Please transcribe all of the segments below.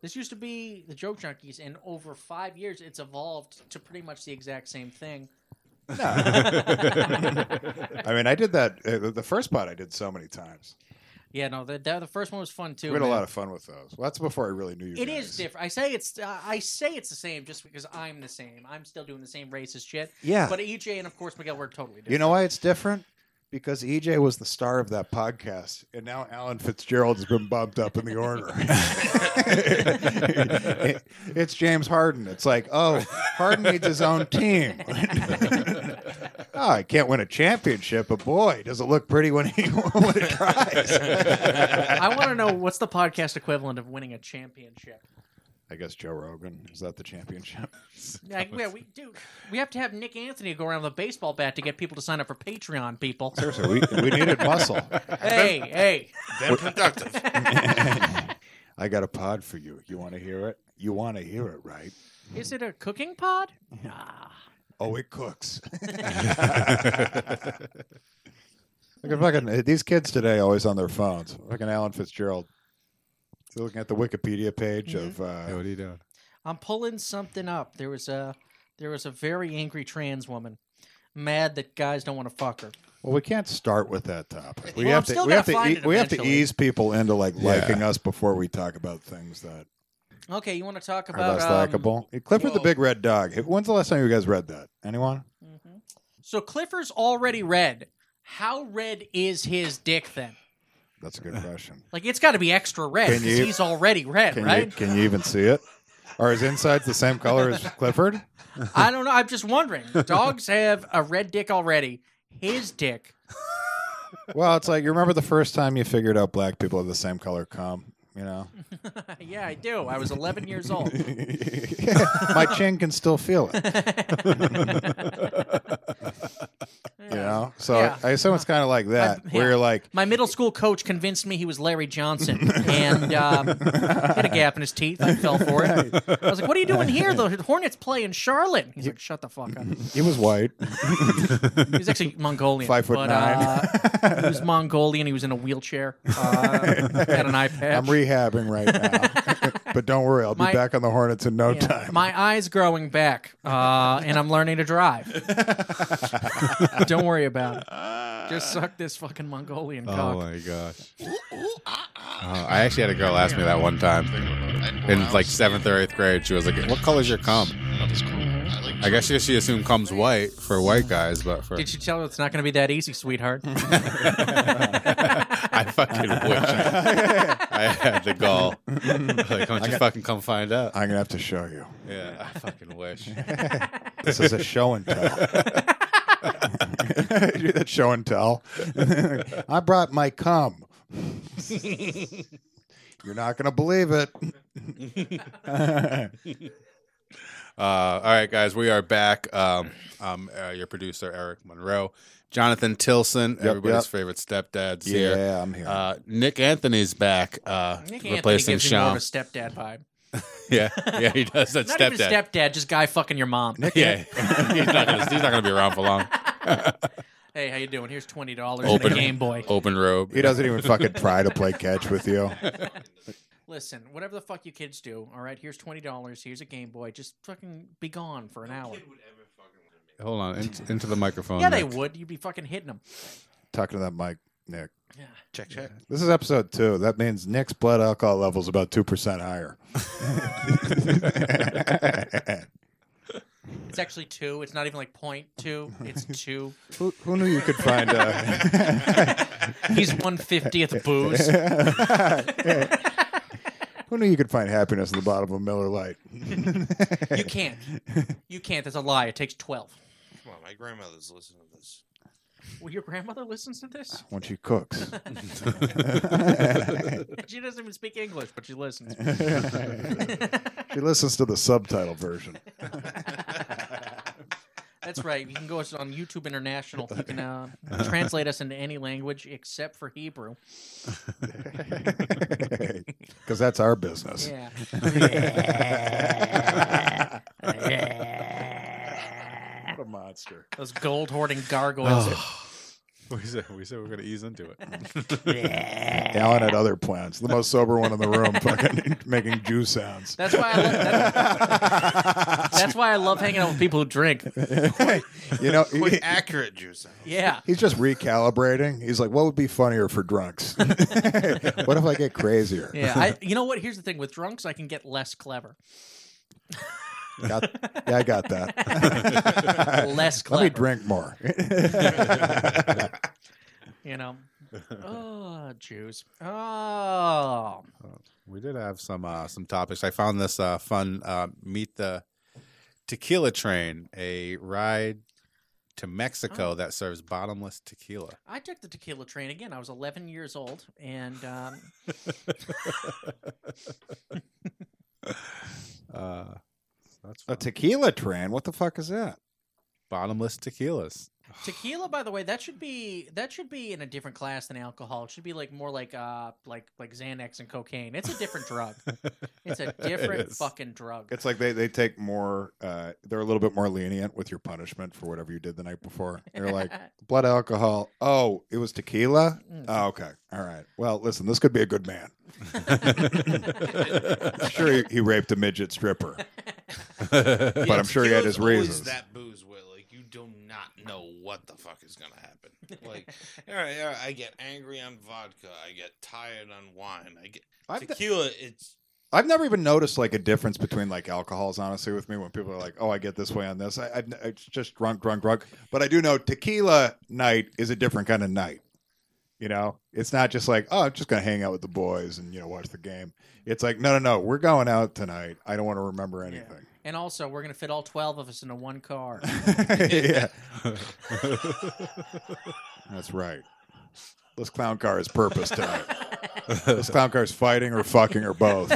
This used to be the Joke Junkies, and over five years, it's evolved to pretty much the exact same thing. I mean, I did that. Uh, the first pod I did so many times. Yeah, no, the, the, the first one was fun too. we had a man. lot of fun with those. Well, that's before I really knew you. It guys. is different. I say it's uh, I say it's the same just because I'm the same. I'm still doing the same racist shit. Yeah. But EJ and of course Miguel were totally different. You know why it's different? Because EJ was the star of that podcast, and now Alan Fitzgerald has been bumped up in the order. it's James Harden. It's like, oh, Harden needs his own team. oh, I can't win a championship, but boy, does it look pretty when he when it tries. I want to know what's the podcast equivalent of winning a championship. I guess Joe Rogan is that the championship? Like, yeah, we dude, we have to have Nick Anthony go around with a baseball bat to get people to sign up for Patreon. People, Seriously, we, we needed muscle. hey, hey, Been productive. I got a pod for you. You want to hear it? You want to hear it, right? is it a cooking pod? Nah. Oh, it cooks. Look at fucking these kids today. Always on their phones. Fucking Alan Fitzgerald. They're looking at the Wikipedia page of. Hey, Mm-hmm. Uh, what are you doing? I'm pulling something up. There was a there was a very angry trans woman, mad that guys don't want to fuck her. well, we can't start with that topic. We Well, I'm have to. still We have gonna to, find e- it we have to eventually. ease people into like Yeah. liking us before we talk about things that Okay, you want to talk are about less um, likable. Clifford the Whoa. Big Red Dog. When's the last time you guys read that? Anyone? So Clifford's already red. How red is his dick then? That's a good question. Like it's got to be extra red Can because you- he's already red, Can right? you can you even see it? Are his insides the same color as Clifford? I don't know. I'm just wondering. Dogs have a red dick already. His dick. Well, it's like you remember the first time you figured out black people are the same color cum, you know? yeah, I do. I was 11 years old. My chin can still feel it. you know? So Yeah. I, I assume it's kind of like that, I- where yeah. you're like, My middle school coach convinced me he was Larry Johnson and um, had a gap in his teeth. I fell for it. I was like, "What are you doing here? The Hornets play in Charlotte." He's like, "Shut the fuck up." he was white. He's actually Mongolian. Five foot but, nine. Uh, he was Mongolian. He was in a wheelchair. Uh, had an eye patch. I'm rehabbing right now. but don't worry, I'll My- be back on the Hornets in no Yeah. time. My eyes growing back, uh, and I'm learning to drive. Don't worry about it. Just suck this fucking Mongolian Oh cock. my gosh! Uh, I actually had a girl ask me that one time in like seventh or eighth grade. She was like, "What color's your cum?" I guess she, she assumed cum's white for white guys, but for Did you tell her it's not going to be that easy, sweetheart? I fucking wish I, I had the gall. like, don't you fucking come find out? I'm going to have to show you. yeah, I fucking wish. This is a show and tell. Do that show and tell. I brought my cum. You're not going to believe it. Uh, all right, guys, we are back. Um, um, uh, your producer Eric Monroe, Jonathan Tilson, everybody's yep. favorite stepdad's here. Yeah, I'm here. Uh, Nick Anthony's back, uh, Nick replacing Anthony gives me more of Sean. a stepdad vibe. yeah, yeah, he does that Not stepdad. even stepdad, just guy fucking your mom. yeah, he's not, gonna, he's not gonna be around for long. Hey, how you doing? Here's twenty dollars and a Open Game Boy. open robe. he doesn't even fucking try to play catch with you. Listen, whatever the fuck you kids do, all right. Here's twenty dollars. Here's a Game Boy. Just fucking be gone for an hour. Hold on, in- into the microphone. Yeah, they Oh, Nick. would. You'd be fucking hitting them. Talking to that mic, Nick. check, check. This is episode two. That means Nick's blood alcohol level is about 2% higher. It's actually two. It's not even like point two. It's two. who, who knew you could find uh, He's one fiftieth booze. who knew you could find happiness at the bottom of a Miller Lite? You can't. You can't. That's a lie. It takes twelve. Come on, my grandmother's listening to this. Well, your grandmother listens to this. When she cooks. She doesn't even speak English, but she listens. She listens to the subtitle version. That's right. You can go on YouTube International. You can uh, translate us into any language except for Hebrew. Because that's our business. Yeah. What a monster. Those gold hoarding gargoyles. We said we said we're gonna ease into it. Alan had other plans. The most sober one in the room, fucking making Jew sounds. That's why I love, that's, that's why I love hanging out with people who drink. you know, Quick, he- accurate juice. Yeah. he's just recalibrating. He's like, what would be funnier for drunks? what if I get crazier? Yeah. I, you know what? Here's the thing with drunks, I can get less clever. Got- yeah, I got that. Less clever. Let me drink more. You know? Oh, Jews. Oh. We did have some uh, some topics. I found this uh, fun. Uh, meet the Tequila Train, a ride to Mexico Oh. that serves bottomless tequila. I took the tequila train again. I was 11 years old, and um, Uh, that's A fun. tequila train? What the fuck is that? bottomless tequilas. tequila, by the way, that should be that should be in a different class than alcohol. It should be like more like uh like like Xanax and cocaine. It's a different drug. It's a different is. fucking drug. It's like they, they take more, uh, they're a little bit more lenient with your punishment for whatever you did the night before. They're like, blood alcohol. Oh, it was tequila? Mm. Oh, okay. All right. Well, listen, this could be a good man. I'm sure he, he raped a midget stripper. But I'm sure he had his reasons. That booze where like you do not know what the fuck is gonna happen. Like, all right, all right, I get angry on vodka. I get tired on wine. I get I've, tequila. It's I've never even noticed like a difference between like alcohols, honestly, with me when people are like, oh, I get this way on this. I, I, it's just drunk, drunk, drunk. But I do know tequila night is a different kind of night. You know, it's not just like, oh, I'm just going to hang out with the boys and, you know, watch the game. It's like, no, no, no, we're going out tonight. I don't want to remember Yeah. anything. And also, we're gonna fit all 12 of us into one car. yeah. That's right. This clown car is purpose tonight. this clown car is fighting or fucking or both.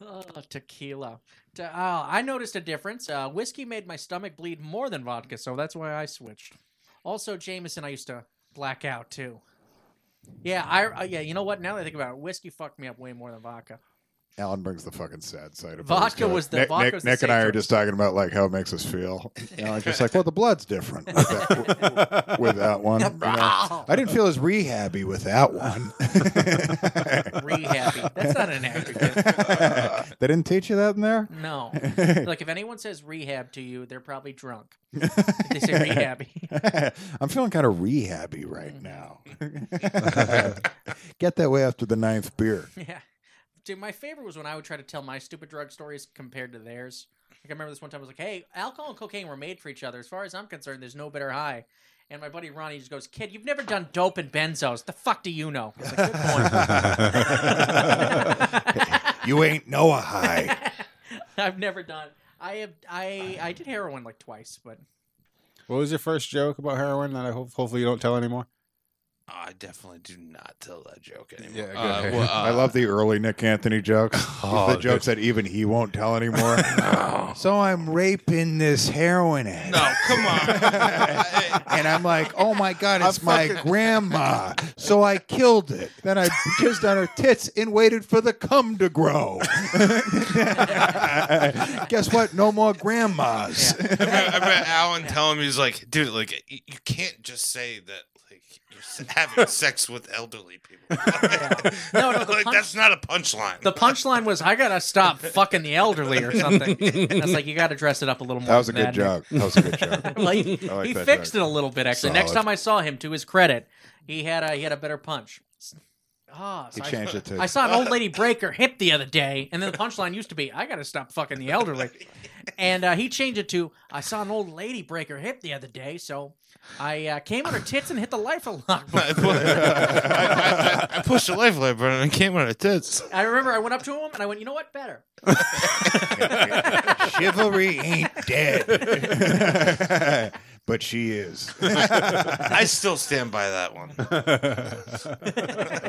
Oh, tequila. Te- oh, I noticed a difference. Uh, whiskey made my stomach bleed more than vodka, so that's why I switched. Also, Jameson, I used to black out too. Yeah, I uh, yeah. You know what? Now that I think about it, whiskey fucked me up way more than vodka. Alan brings the fucking sad side of Vodka it. was the- Nick, vodka Nick, was the Nick and I safe are choice. just talking about like how it makes us feel. Alan's just like, well, the blood's different with that, with that one. you know? I didn't feel as rehabby with that one. Rehappy. That's not an adjective. they didn't teach you that in there. No. Like if anyone says rehab to you, they're probably drunk. If they say rehabby. I'm feeling kind of rehabby Mm. right now. Get that way after the ninth beer. Yeah. Dude, my favorite was when I would try to tell my stupid drug stories compared to theirs. Like I remember this one time I was like, "Hey, alcohol and cocaine were made for each other. As far as I'm concerned, there's no better high." And my buddy Ronnie just goes, "Kid, you've never done dope and benzos. The fuck do you know?" I was like, "Good point." You ain't Noah high. I've never done. I have. I I did heroin like twice, but What was your first joke about heroin that I hope hopefully you don't tell anymore? oh, I definitely do not tell that joke Yeah, anymore. good. Uh, well, I uh, love the early Nick Anthony jokes. Oh, the jokes that even he won't tell anymore. so I'm raping this heroin addict. uh, No, come on. And I'm like, oh my God, it's my grandma. So I killed it. Then I kissed on her tits and waited for the cum to grow. Guess what? No more grandmas. I remember, I remember Alan telling me, he's like, dude, like, y- you can't just say that, like, you're s- having sex with elderly people. no, no. The, like, punch, that's not a punchline. the punchline was, "I gotta stop fucking the elderly or something." And I was like, "You gotta dress it up a little more." That was a than good Nick. joke. That was a good joke. Well, he I like he that fixed joke. it a little bit actually. Next Solid. time I saw him, to his credit, he had a he had a better punch. Ah, He so I- changed it to. I saw an old lady break her hip the other day, and then the punchline used to be, "I got to stop fucking the elderly," and uh, he changed it to, "I saw an old lady break her hip the other day, so I uh, came on her tits and hit the lifeline." I, pu- I- I- I pushed the lifeline button and it came on her tits. I remember I went up to him and I went, "You know what? Better." Chivalry ain't dead. but she is. I still stand by that one.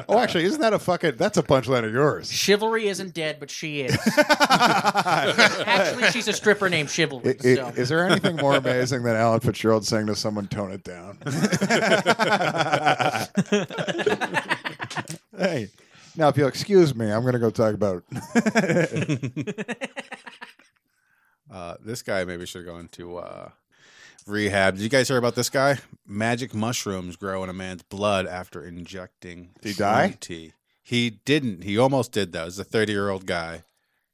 oh, actually, isn't that a fucking. That's a punchline of yours. Chivalry isn't dead, but she is. Actually, she's a stripper named Chivalry. It- it- so. is there anything more amazing than Alan Fitzgerald saying to someone, tone it down? hey, now if you'll excuse me, I'm going to go talk about. Uh, this guy maybe should go into uh, rehab. Did you guys hear about this guy? Magic mushrooms grow in a man's blood after injecting. Did he die? 20. He didn't. He almost did though. It was a 30 year old guy,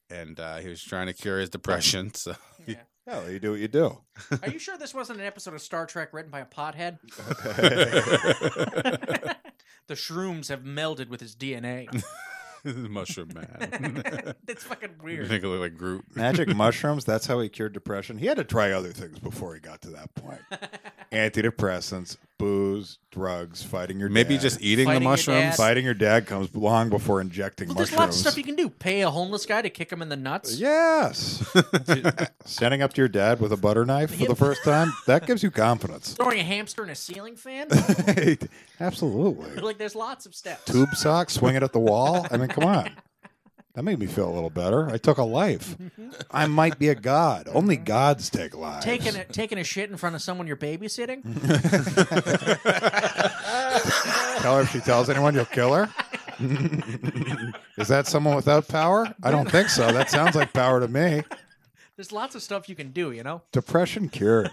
and uh, he was trying to cure his depression. So Yeah. Hell, you do what you do. Are you sure this wasn't an episode of Star Trek written by a pothead? the shrooms have melded with his DNA. mushroom man. That's fucking you weird. think it looked like Groot? Magic mushrooms, that's how he cured depression. He had to try other things before he got to that point. Antidepressants, booze, drugs, fighting your Maybe dad. just eating the Fighting your mushrooms. dad. fighting your dad comes long before injecting Well, there's mushrooms. lots of stuff you can do. Pay a homeless guy to kick him in the nuts. Yes. Standing up to your dad with a butter knife for the first time, that gives you confidence. Throwing a hamster in a ceiling fan. Absolutely. like, there's lots of steps. Tube sock, swing it at the wall. I mean, come on. That made me feel a little better. I took a life. I might be a god. Only gods take lives. Taking a, taking a shit in front of someone you're babysitting. Tell her if she tells anyone, you'll kill her. Is that someone without power? I don't think so. That sounds like power to me. There's lots of stuff you can do, you know? Depression cured.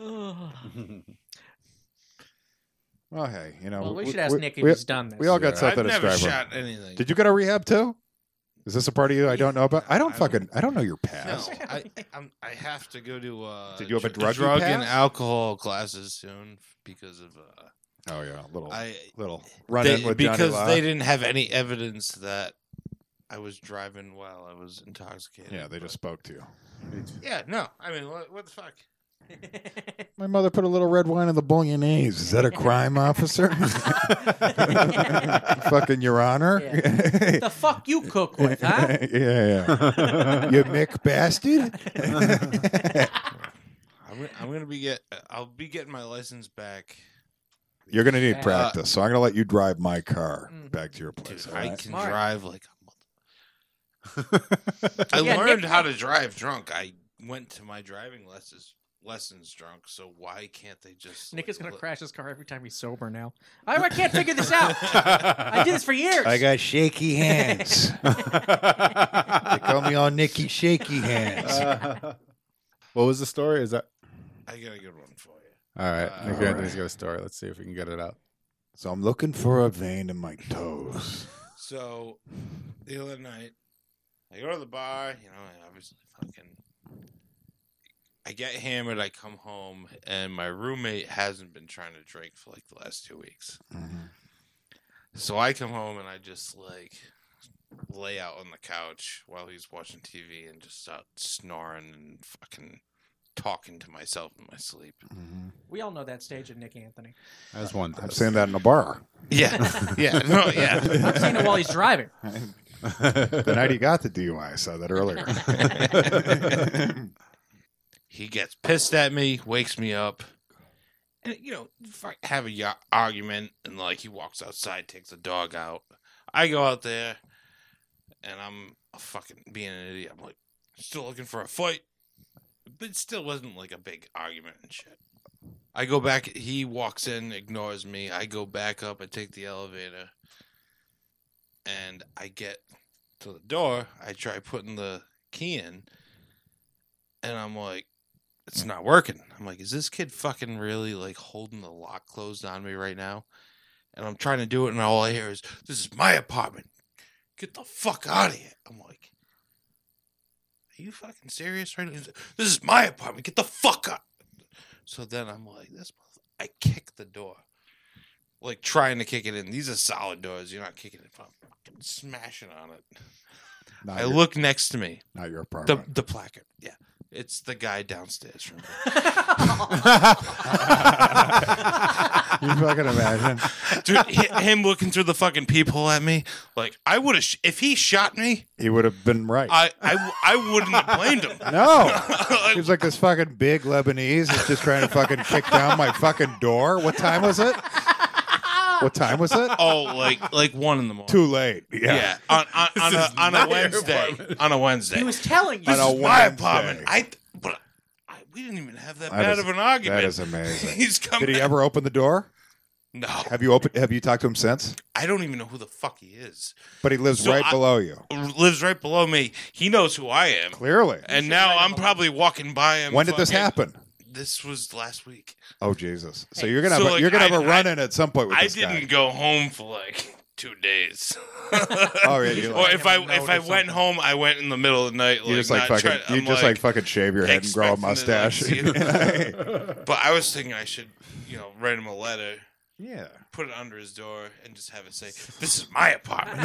Ugh. Well, hey, you know. well, we should ask Nick if we- he's done this. We all got Yeah. something I've to never strive for. shot anything. Did you go to rehab too? Is this a part of you I don't know about? I don't I fucking. I don't know your No, past. I, I'm, I have to go to. Uh, Did you have a dr- drug you drug and passed? alcohol classes soon because of uh, Oh yeah, little I little run they- in with Johnny because Law. they didn't have any evidence that I was driving while I was intoxicated. Yeah, they but- just spoke to you. Yeah, no. I mean, what, what the fuck? My mother put a little red wine in the bolognese. Is that a crime, officer? fucking your honor. Yeah, the fuck you cook with, huh? yeah. you Mick bastard. I'm, gonna- I'm gonna be get. I'll be getting my license back. You're gonna need Uh, practice, so I'm gonna let you drive my car Mm. back to your Dude, place. all I right? can Smart. drive like a mother. I Yeah, Nick- learned how to drive drunk. I went to my driving lessons lessons drunk. So why can't they just? Nick like, is going to let- crash his car every time he's sober now. I, I can't figure this out. I did this for years. got shaky hands. they call me all Nicky Shaky Hands. what was the story? Is that I got a good one for you. all right? Uh, Nick all Anthony's right. got a story. Let's see if we can get it out. So I'm looking for a vein in my toes. So the other night, I go to the bar. You know, I obviously fucking. I get hammered. I come home, and my roommate hasn't been trying to drink for like the last two weeks. Mm-hmm, So I come home and I just like lay out on the couch while he's watching TV and just start snoring and fucking talking to myself in my sleep. mm-hmm. We all know that stage of Nick Anthony. As one I'm does. saying that in a bar. Yeah, yeah, no, yeah. I'm saying it while he's driving. The night he got the DUI, I saw that earlier. He gets pissed at me, wakes me up, and you know, fuck, have a ya- argument, and like he walks outside, takes the dog out. I go out there, and I'm a fucking being an idiot. I'm like, still looking for a fight, but it still wasn't like a big argument and shit. I go back. He walks in, ignores me. I go back up. I take the elevator, and I get to the door. I try putting the key in, and I'm like, it's not working. I'm like, is this kid fucking really like holding the lock closed on me right now? And I'm trying to do it, and all I hear is, "This is my apartment. Get the fuck out of here." I'm like, "Are you fucking serious right now?" He's like, This is my apartment. Get the fuck out. So then I'm like, "This." motherf-" I kick the door, like trying to kick it in. These are solid doors. You're not kicking it. I'm fucking smashing on it. not, I your, look next to me. not your The apartment. the placard. Yeah. It's the guy downstairs from me. you fucking imagine. Dude, hi- him looking through the fucking peephole at me. Like, I would have, sh- if he shot me, He would have been right. I, I, w- I wouldn't have blamed him. no. Like, He was like this fucking big Lebanese is just trying to fucking kick down my fucking door. What time was it? What time was it? oh, like, like one in the morning. Too late. Yeah. Yeah. On, on, on, This a, is on a not your Wednesday. apartment. On a Wednesday. He was telling you. I this know. is On a my Wednesday. apartment. I, but I, we didn't even have that, That bad is- of an argument. That is amazing. He's coming. Did he ever open the door? No, Have you opened? Have you talked to him since? I don't even know who the fuck he is. But he lives So right I- below you. Lives right below me. He knows who I am, Clearly. and now I'm probably walking by him. When did this fucking- happen? This was last week. Oh Jesus! So Hey, you're gonna so, have a, like, you're gonna I- have a I- run in at some point with I this guy. didn't go home for like two days. Oh yeah, you or like, if I Note if I or went something. home, I went in the middle of the night. you just like not fucking trying- you I'm just like, fucking shave your head and grow a mustache. expecting to, like, But I was thinking I should, you know, write him a letter, yeah. put it under his door, and just have it say, "This is my apartment."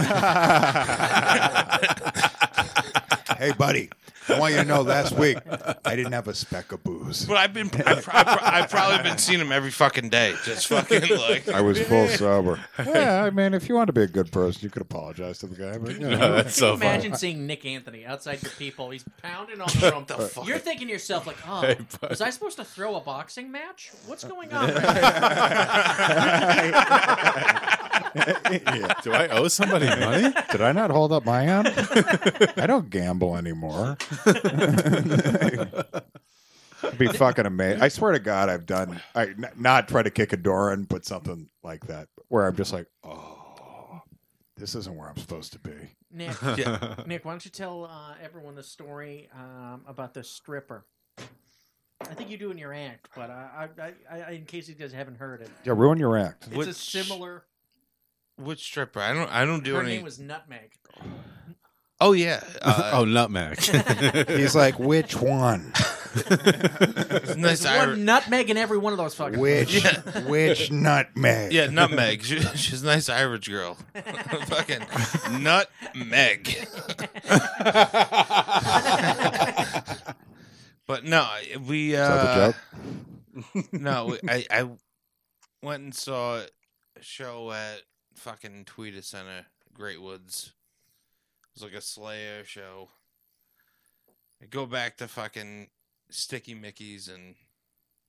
hey buddy, I want you to know. Last week, I didn't have a speck of booze. But I've been, I've, pro- I've pro- I've probably been seeing him every fucking day, just fucking like. I was full sober. Yeah, I mean, if you want to be a good person, you could apologize to the guy. But you know. that's Can you so funny. imagine seeing Nick Anthony outside your people? He's pounding on the room. The fuck? You're thinking to yourself, like, oh, Hey, bud. was I supposed to throw a boxing match? What's going on? right Yeah. Do I owe somebody money? Did I not hold up my end? I don't gamble anymore. It'd be fucking amazing. I swear to God, I've done. I n- not try to kick a door in, but something like that, where I'm just like, oh, this isn't where I'm supposed to be. Nick, Yeah. Nick, why don't you tell uh, everyone the story um, about the stripper? I think you do in your act, but I, I, I, I in case you guys haven't heard it, Yeah, ruin your act. it's a Which- similar. Which stripper? I don't. I don't do Her any. name was Nutmeg. oh yeah. Uh, oh, nutmeg. He's like, which one? it's nice. There's Irish. one nutmeg in every one of those fucking. Which which nutmeg? Yeah, nutmeg. She, she's a nice Irish girl. Fucking nutmeg. but no, I- we. Is Uh, that the joke? No, we- I, I went and saw a show at fucking Tweeter Center, Great Woods. It was like a Slayer show. I go back to fucking Sticky Mickey's and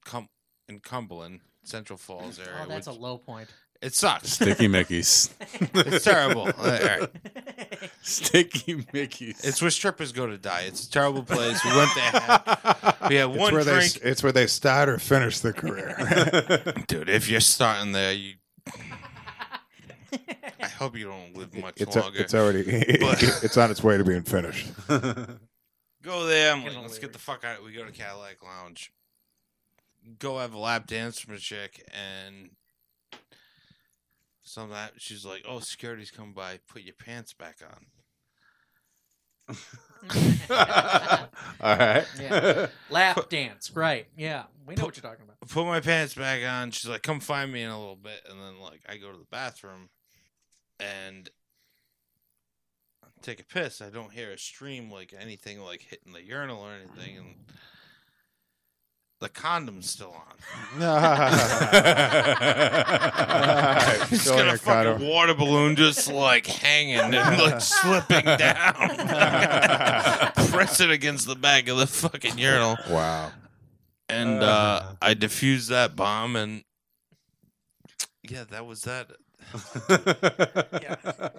Cum in Cumberland, Central Falls area. Oh, that's a which- low point. It sucks. Sticky Mickeys. It's terrible. All right. Sticky Mickeys. It's where strippers go to die. It's a terrible place. We went there. had- We had It's one where drink, they it's where they start or finish their career. dude. If you're starting there, you. I hope you don't live much it's a, longer. it's already But- it's on its way to being finished. Go there. I'm Fucking like, let's hilarious. get the fuck out. We go to Cadillac Lounge. Go have a lap dance from a chick, and some that she's like, "Oh, security's come by. Put your pants back on." All right. Yeah. Lap dance, right? Yeah, we know what you're talking about. I put my pants back on. She's like, "Come find me in a little bit," and then like I go to the bathroom, and take a piss. I don't hear a stream like anything like hitting the urinal or anything, and the condom's still on. Just Still got your a fucking condom. water balloon just like hanging and like slipping down, pressing against the back of the fucking urinal. Wow. And uh, I defused that bomb, and yeah, that was that.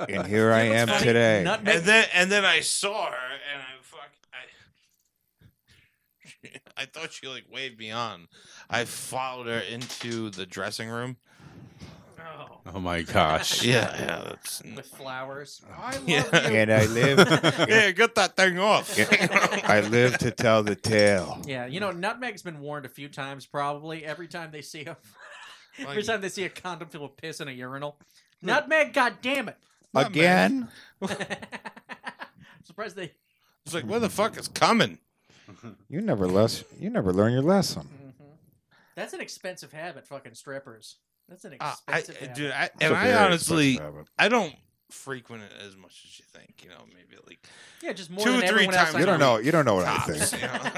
And here I am Funny, today. Nutmeg. And then and then I saw her, and I fuck, I, I thought she like waved me on. I followed her into the dressing room. Oh, Oh my gosh. Yeah, yeah, that's. with flowers. I love yeah. and I live yeah, get that thing off. I live to tell the tale. Yeah, you know, Nutmeg's been warned a few times. Probably every time they see a every Like- Hmm. time they see a condom filled with piss in a urinal. Nutmeg, God damn it! Again? Surprised they. It's like, where the fuck is coming? You never less you never learn your lesson. Mhm. That's an expensive habit, fucking strippers. That's an Uh, I, expensive habit. dude, I, It's and a very I honestly, expensive habit. I don't frequent it as much as you think. You know, maybe like yeah, just more two, than three everyone else times- I you don't know you don't know what I tops. think. You know? You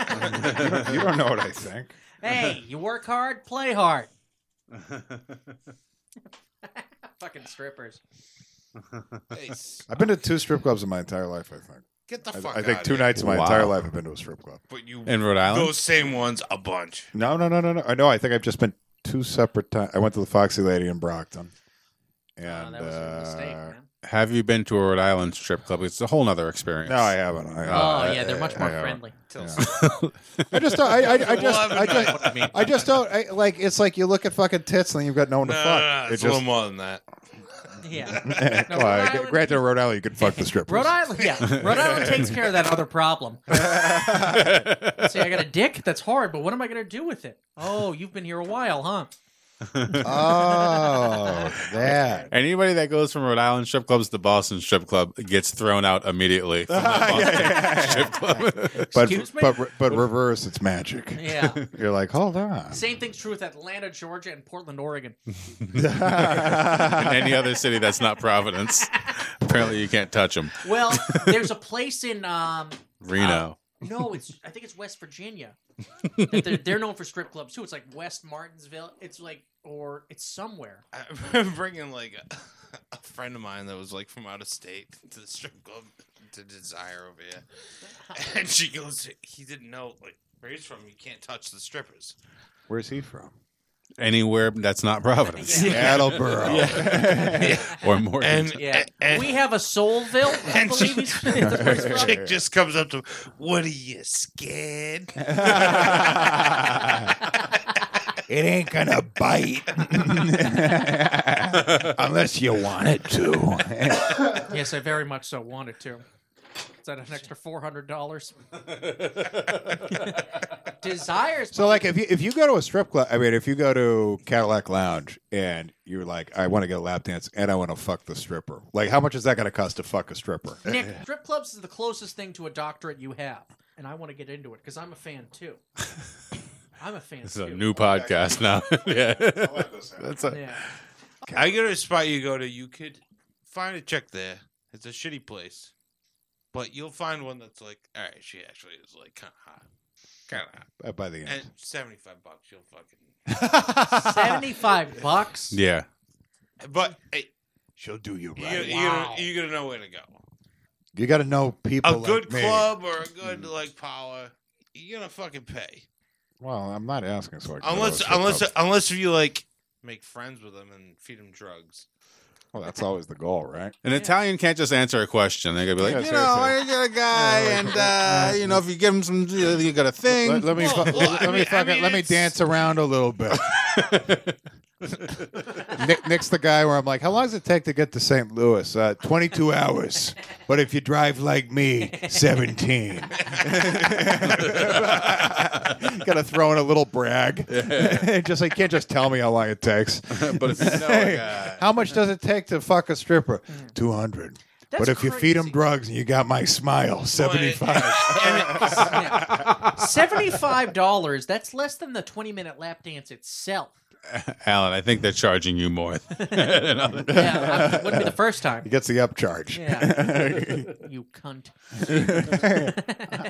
don't- you don't know what I think. Hey, you work hard, play hard. Fucking strippers. Hey, s- I've been to two strip clubs in my entire life, I think. get the fuck. I, I think out two of here. nights in my Wow. entire life I've been to a strip club. But you In Rhode Island? those same ones a bunch. No, no, no, no, no. I know. I think I've just been two separate times. I went to the Foxy Lady in Brockton, Uh, and that was a mistake, uh, man. Have you been to a Rhode Island strip club? It's a whole nother experience. No, I haven't. I, oh uh, I- yeah, they're much I- more I haven't. friendly. Till Yeah. I just don't. I, I, I just. Well, I I'm just. not- I mean- I just don't. I, like it's like you look at fucking tits and then you've got no one No, to no, fuck. no, it's It a little just- more than that. Yeah. No, Rhode well, I- Island- granted, Rhode Island, you could fuck the strippers. Rhode Island, yeah. Rhode Island takes care of that other problem. See, I got a dick that's hard, but what am I going to do with it? Oh, you've been here a while, huh? Oh, that. Anybody that goes from Rhode Island strip clubs to Boston strip club gets thrown out immediately. from the Boston strip club. But Excuse me? but but reverse, it's magic. Yeah. You're like, hold on. Same thing's true with Atlanta, Georgia, and Portland, Oregon. In any other city that's not Providence, apparently you can't touch them. Well, there's a place in um Reno. no, it's I think it's West Virginia. that they're, they're known for strip clubs too. It's like West Martinsville. It's like or it's somewhere. I remember bringing like a, a friend of mine that was like from out of state to the strip club to Desire over here, and she goes, "He didn't know like where he's from. You can't touch the strippers." Where's he from? Anywhere that's not Providence Attleboro. or more. And Yeah. and, we have a Soulville. I And believe she- he's, that's where he's and from. chick just comes up to him. What are you scared? It ain't gonna bite unless you want it to. Yes, I very much so wanted to. Is that an extra four hundred dollars? Desires. so, like, if you if you go to a strip club, I mean, if you go to Cadillac Lounge and you're like, I want to get a lap dance and I want to fuck the stripper, like, how much is that gonna cost to fuck a stripper? Nick, uh, strip clubs is the closest thing to a doctorate you have, and I want to get into it because I'm a fan too. I'm a fan This is too. a new podcast now. yeah. That's a, Yeah. I go to a spot you go to. You could find a chick there. It's a shitty place, but you'll find one that's like, all right, she actually is like kind of hot, kind of hot. Uh, By the end, And seventy-five bucks, you'll fucking. Seventy-five bucks. yeah. But eh, hey, she'll do you you're, right. Wow. you're, you're gonna know where to go. You got to know people. a good like me. Mm. club or a good like power, you're gonna fucking pay. Well, I'm not asking so. I can go to a Unless strip unless club. unless you like make friends with them and feed them drugs. well, that's always the goal, right? An Italian can't just answer a question. They're gonna be like, Yeah, you know, I seriously. got a guy, Yeah, and like- uh, you know, if you give him some, you got a thing. Let, let me Well, fu- well, let, I me mean- I fucking mean, let me it's- dance around a little bit. Nick, Nick's the guy where I'm like, how long does it take to get to St. Louis? Uh, 22 hours. But if you drive like me, 17. Gotta throw in a little brag. just like, you can't just tell me how long it takes. but if you know a guy, How much does it take to fuck a stripper? Mm. 200. That's but if you feed them crazy. drugs and you got my smile, 75. Yeah. Seventy-five dollars. That's less than the twenty-minute lap dance itself. Alan, I think they're charging you more. than others. Yeah, I- wouldn't be the first He time. gets the upcharge. Yeah. You cunt.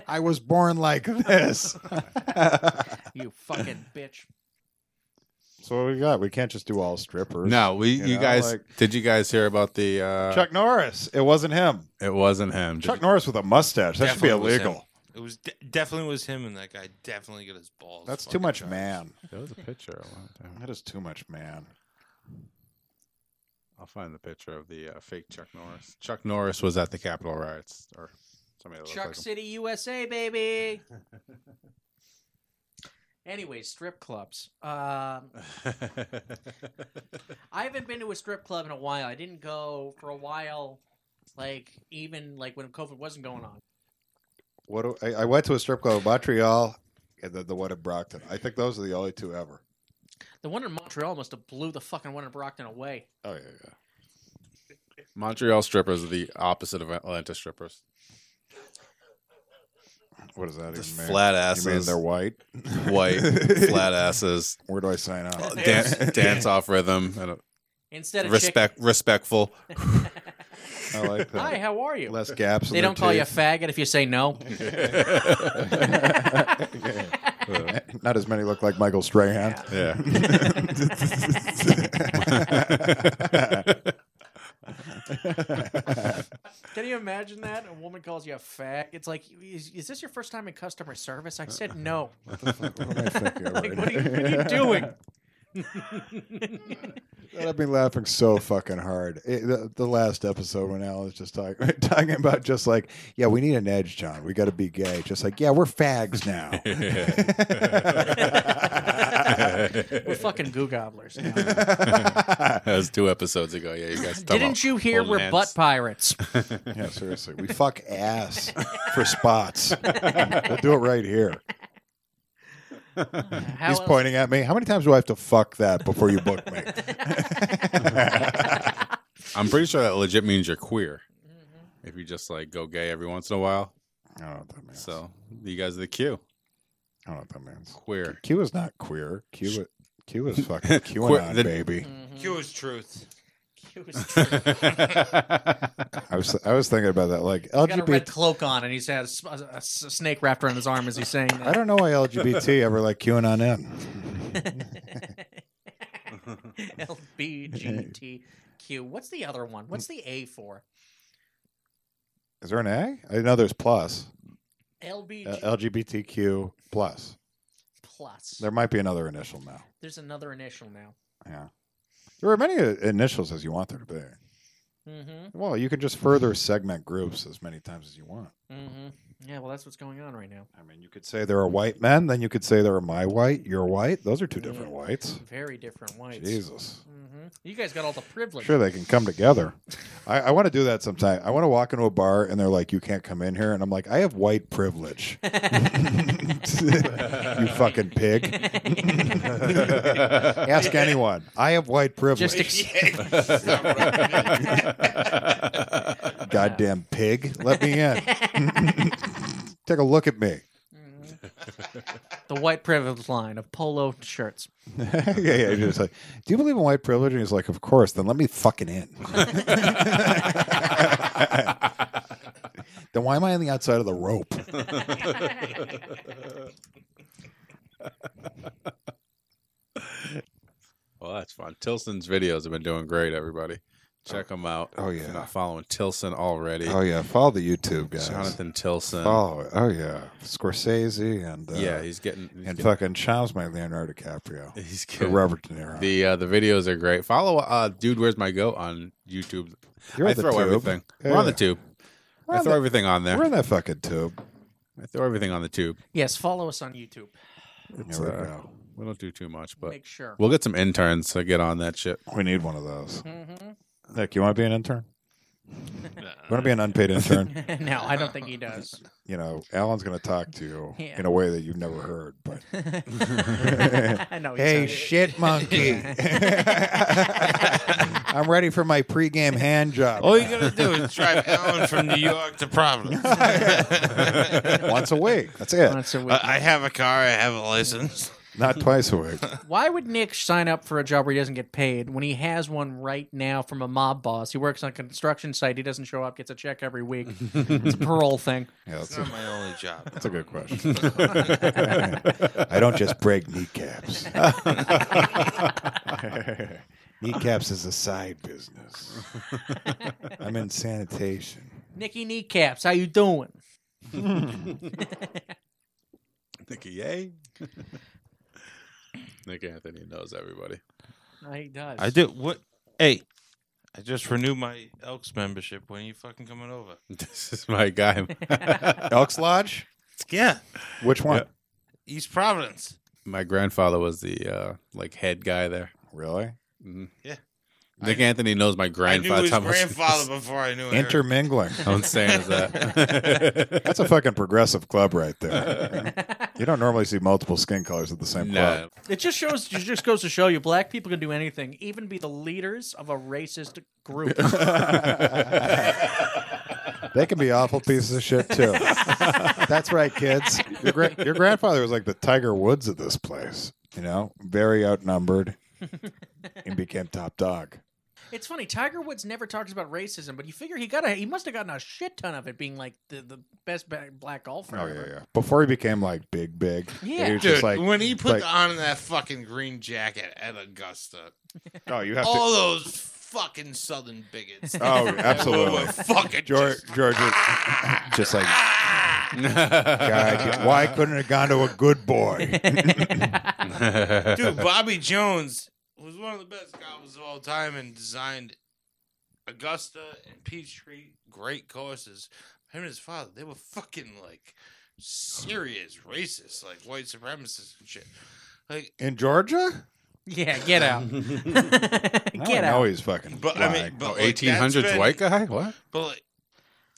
I was born like this. You fucking bitch. So what we got? We can't just do all strippers. no, we, You you, know, guys, like- did you guys hear about the? Uh, Chuck Norris. It wasn't him. It wasn't him. Did Chuck you- Norris with a mustache. That should be Definitely was illegal. him. It was de- definitely was him, and that guy definitely got his balls. That's too fucking much charged. man. There was a picture. a long time. That is too much man. I'll find the picture of the uh, fake Chuck Norris. Chuck Norris was at the Capitol riots, or somebody that looked Chuck like him. City, USA, baby. Anyways, strip clubs. Um, I haven't been to a strip club in a while. I didn't go for a while, like even like when COVID wasn't going on. What do, I, I went to a strip club in Montreal and then the one in Brockton. I think those are the only two ever. The one in Montreal must have blew the fucking one in Brockton away. Oh yeah, yeah. Montreal strippers are the opposite of Atlanta strippers. What does that Just even mean? flat You mean asses, they're white? white flat Oh, asses, uh, Where do I sign up? dance dance off rhythm, and a- Instead of respect respectful. I like Chick- Hi, that. how are you? Less gaps. in they their don't call you a teeth. faggot if you say no. Uh, Not as many look like Michael Strahan. Yeah. Can you imagine that? A woman calls you a fag. It's like, is, is this your first time in customer service? I said no. What am I thinking of like, right what are, you, now? what are you doing? That had me laughing so fucking hard. It- the, the last episode when Alan's just talking talking about just like, yeah, we need an edge, John. We got to be gay. Just like, yeah, we're fags now. We're fucking goo gobblers. now. that was two episodes ago. Yeah, you guys. talking Didn't about you hear old we're hands. butt pirates? yeah, seriously, we fuck ass for spots. we'll do it right here. How He's else- pointing at me. How many times do I have to fuck that before you book me? I'm pretty sure that legit means you're queer. If you just like go gay every once in a while, I don't know what that means. so you guys are the Q I don't know what that means. queer. Q is not queer. Q i- Q is fucking Queer- QAnon, the- baby. Mm-hmm. Q is truth. He was tripping. I was I was thinking about that. Like He's got a red LGBT. cloak on, and he's had a, s- a- a s- a snake wrapped around his arm as he's saying I that. don't know why LGBT ever like QAnon in. L B G T Q. What's the other one? What's the A for? Is there an A? I know there's plus L B Uh, G LGBTQ plus. plus. There might be another initial now. There's another initial now. Yeah, there are many uh, initials as you want there to be. Mm-hmm. Well, you can just further segment groups as many times as you want. Mm-hmm. Yeah. Well, that's what's going on right now. I mean, you could say there are white men, then you could say there are my white, your white. Those are two different Yeah. whites. Very different whites. Jesus. Mm-hmm. You guys got all the privilege. Sure, they can come together. I, I want to do that sometime. I want to walk into a bar and they're like, "You can't come in here," and I'm like, "I have white privilege." you fucking pig. Ask anyone. I have white privilege. Just ex- Goddamn pig. Let me in. Mm-hmm. Take a look at me. the white privilege line of polo shirts. yeah, yeah. he's just like, do you believe in white privilege? And he's like, of course. Then let me fucking in. then why am I on the outside of the rope? Well, that's fun. Tilson's videos have been doing great. Everybody, check them out. Oh, if yeah. you're not following Tilson already. Oh yeah, follow the YouTube guys. Jonathan Tilson. Oh, oh yeah, Scorsese and uh, yeah, he's getting. He's and getting, fucking Chom's my Leonardo DiCaprio, or he's getting Robert De Niro. The uh, the videos are great. Follow uh, dude, where's my goat on YouTube. You're I on the throw tube. everything. We're on the Yeah. tube. We're I on throw the- everything on there. We're in that fucking tube. I throw everything on the tube. Yes, follow us on YouTube. There we uh, go. We don't do too much, but Make sure. we'll get some interns to get on that shit. We need one of those. Mm-hmm. Nick, you want to be an intern? You want to be an unpaid intern? no, I don't think he does. you know, Alan's going to talk to you Yeah. in a way that you've never heard. But I Oh, know. he does. shit monkey, I'm ready for my pregame hand job. All you gotta do is drive Alan from New York to Providence. Once a week. That's it. Once a week. I I have a car. I have a license. Not twice a week. Why would Nick sign up for a job where he doesn't get paid when he has one right now from a mob boss? He works on a construction site. He doesn't show up, gets a check every week. it's a parole thing. Yeah, It's that's, not a, my only job. that's a good question. I don't just break kneecaps. kneecaps is a side business. I'm in sanitation. Nicky kneecaps, how you doing? Nicky, yay. Nick Anthony knows everybody. He does. I do. What? Hey, I just renewed my Elks membership. When are you fucking coming over? This is my guy. Elks Lodge? Yeah, Which one? Yep. East Providence. my grandfather was the uh, like head guy there. Really? Mhm. Yeah. Nick Anthony knows my I knew grandfather. his How much- grandfather before I knew Eric. Intermingling. How insane is that? That's a fucking progressive club right there. You don't normally see multiple skin colors at the same club. no, it just shows. It just goes to show you, black people can do anything, even be the leaders of a racist group. They can be awful pieces of shit too. That's right, kids. Your, gra- your grandfather was like the Tiger Woods of this place. You know, very outnumbered, and became top dog. It's funny. Tiger Woods never talks about racism, but you figure he got a he must have gotten a shit ton of it being like the, the best ba- black Oh, golfer. ever. Before he became like big, big. Yeah. he was Dude, just like when he put like- on that fucking green jacket at Augusta, oh, you have to. all those fucking Southern bigots. Oh, absolutely. Were fucking George, just- George was just like God, why couldn't it have gone to a good boy? Dude, Bobby Jones was one of the best goblins of all time and designed Augusta and Peachtree great courses. Him and his father, they were fucking like serious racists, like white supremacists and shit. Like, In Georgia? yeah, get out. get Now out. he's fucking. But, I mean, lying. but- Oh, like, that's 1800s been- white guy? What? but like,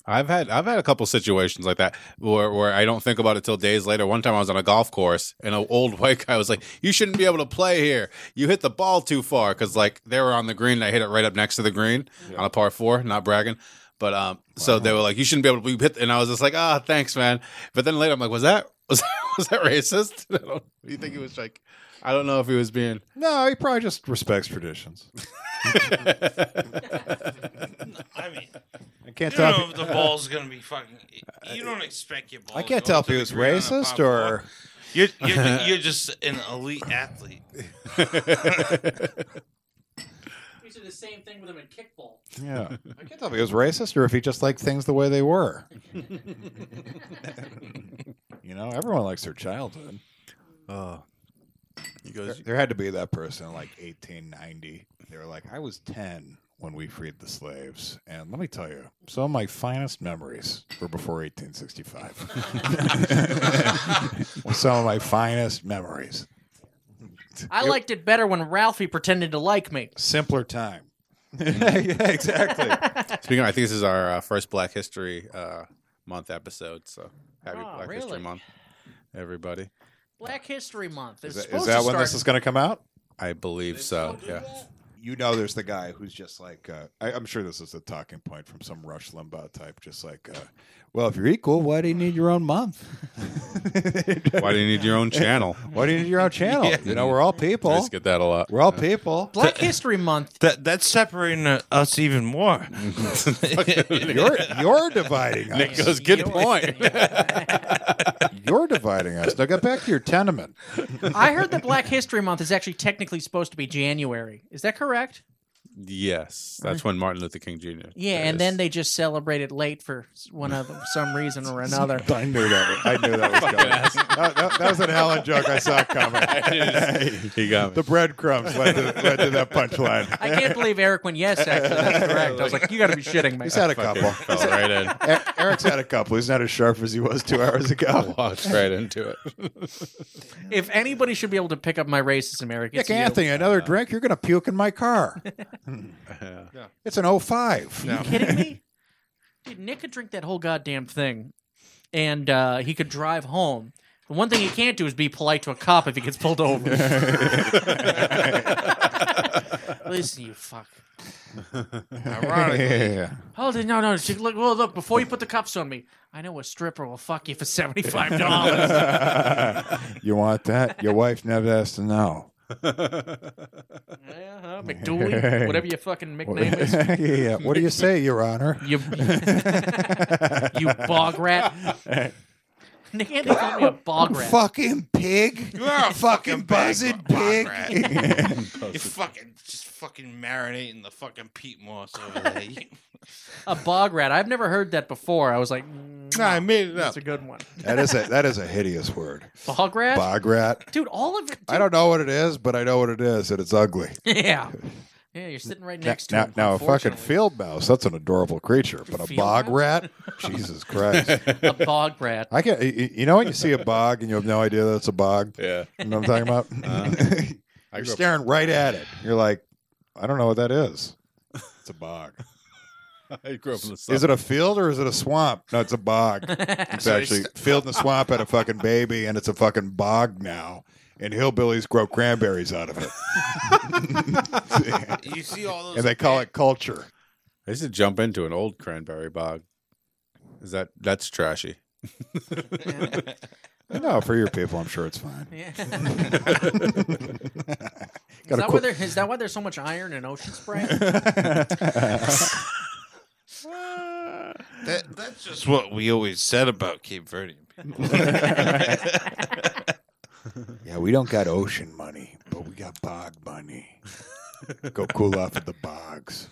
I've had I've had a couple situations like that where, where I don't think about it till days later. One time I was on a golf course and an old white guy was like, "You shouldn't be able to play here. You hit the ball too far." Because like they were on the green and I hit it right up next to the green on a par four. Not bragging, but um, so they were like, "You shouldn't be able to you hit." And I was just like, "Ah, thanks, man." But then later I'm like, "Was that was that, was that racist?" I don't, you think he was like, I don't know if he was being. no, he probably just respects traditions. I mean, I can't you don't tell. know If if he, the ball's gonna be fucking. You don't expect your ball. I to can't go tell if to he the was green on a pop racist four. or. You're, you're, you're just an elite athlete. We did the same thing with him in kickball. Yeah, I can't tell if he was racist or if he just liked things the way they were. you know, everyone likes their childhood. Oh. He There, goes, there had to be that person in like 1890. They were like, I was 10 when we freed the slaves, and let me tell you, some of my finest memories were before 1865. Were some of my finest memories. I liked it better when Ralphie pretended to like me. Simpler time. yeah, exactly. Speaking of, I think this is our uh, first Black History uh, Month episode. So happy Oh, Black History really? Month, everybody. Black History Month. It's Is that, supposed is that to when start. this is going to come out? I believe so. Yeah. you know there's the guy who's just like uh, I, i'm sure this is a talking point from some rush limbaugh type just like uh, well if you're equal why do you need your own month Why do you need your own channel? why do you need your own channel you know we're all I people just get that a lot. we're all people Black History Month. That that's separating uh, us even more. you're, you're dividing Nick us goes, good point. you're dividing us now get back to your tenement I heard that Black History Month is actually technically supposed to be January. Is that correct? yes, that's when Martin Luther King Jr. Yeah, and then they just celebrate it late for one of some reason or another. i knew that i knew that was coming that, that- that was an helen joke i saw coming he got me. the breadcrumbs led to, led to that punchline I can't believe Eric went yes. Actually, that's correct. I was like, you got to be shitting me. he's had a Fucking couple fell right in. E- Eric's had a couple. He's not as sharp as he was two hours ago. Walked right into it. If anybody should be able to pick up my racism, Eric, it's Nick you. Anthony, another drink? You're going to puke in my car. It's an 05. Are you kidding me? Dude, Nick could drink that whole goddamn thing, and uh, he could drive home. The one thing he can't do is be polite to a cop if he gets pulled over. Listen, you fuck. Ironically, Yeah. Hold it, no, no. She, look, well, look. Before you put the cuffs on me, I know a stripper will fuck you for seventy-five dollars. You want that? Your wife never has to know. uh-huh, McDooley, whatever your fucking nickname is. yeah, yeah. What do you say, Your Honor? You, you bog rat. Nick Anthony called me a bog rat. Fucking pig. you are a Fucking fucking bag buzzed of rock pig. rat. You're fucking just fucking marinating the fucking peat moss over there. You- A bog rat. I've never heard that before. I was like, nah, I made it that's up. a good one. That is a that is a hideous word. Bog rat? Bog rat. Dude, all of it. I don't know what it is, but I know what it is, and it's ugly. Yeah. Yeah, you're sitting right next to now, him. now a fucking unfortunately. field mouse, that's an adorable creature, but a Field bog rat? Jesus Christ. A bog rat. I can. You you know when you see a bog and you have no idea that it's a bog. Yeah. You know what I'm talking about? I You're grew up- staring right at it. You're like, I don't know what that is. It's a bog. I grew up in the South. Is it a field or is it a swamp? No, it's a bog. It's So actually field and a swamp had a fucking baby, and it's a fucking bog now. And hillbillies grow cranberries out of it, You see all those and they call it culture. I used to jump into an old cranberry bog. Is that that's trashy? No, for your people, I'm sure it's fine. Yeah. Is, Got a that why quick. there, is that why there's so much iron in ocean spray? That, that's just what we always said about Cape Verdean people. Yeah, we don't got ocean money, but we got bog money. Go cool off at the bogs.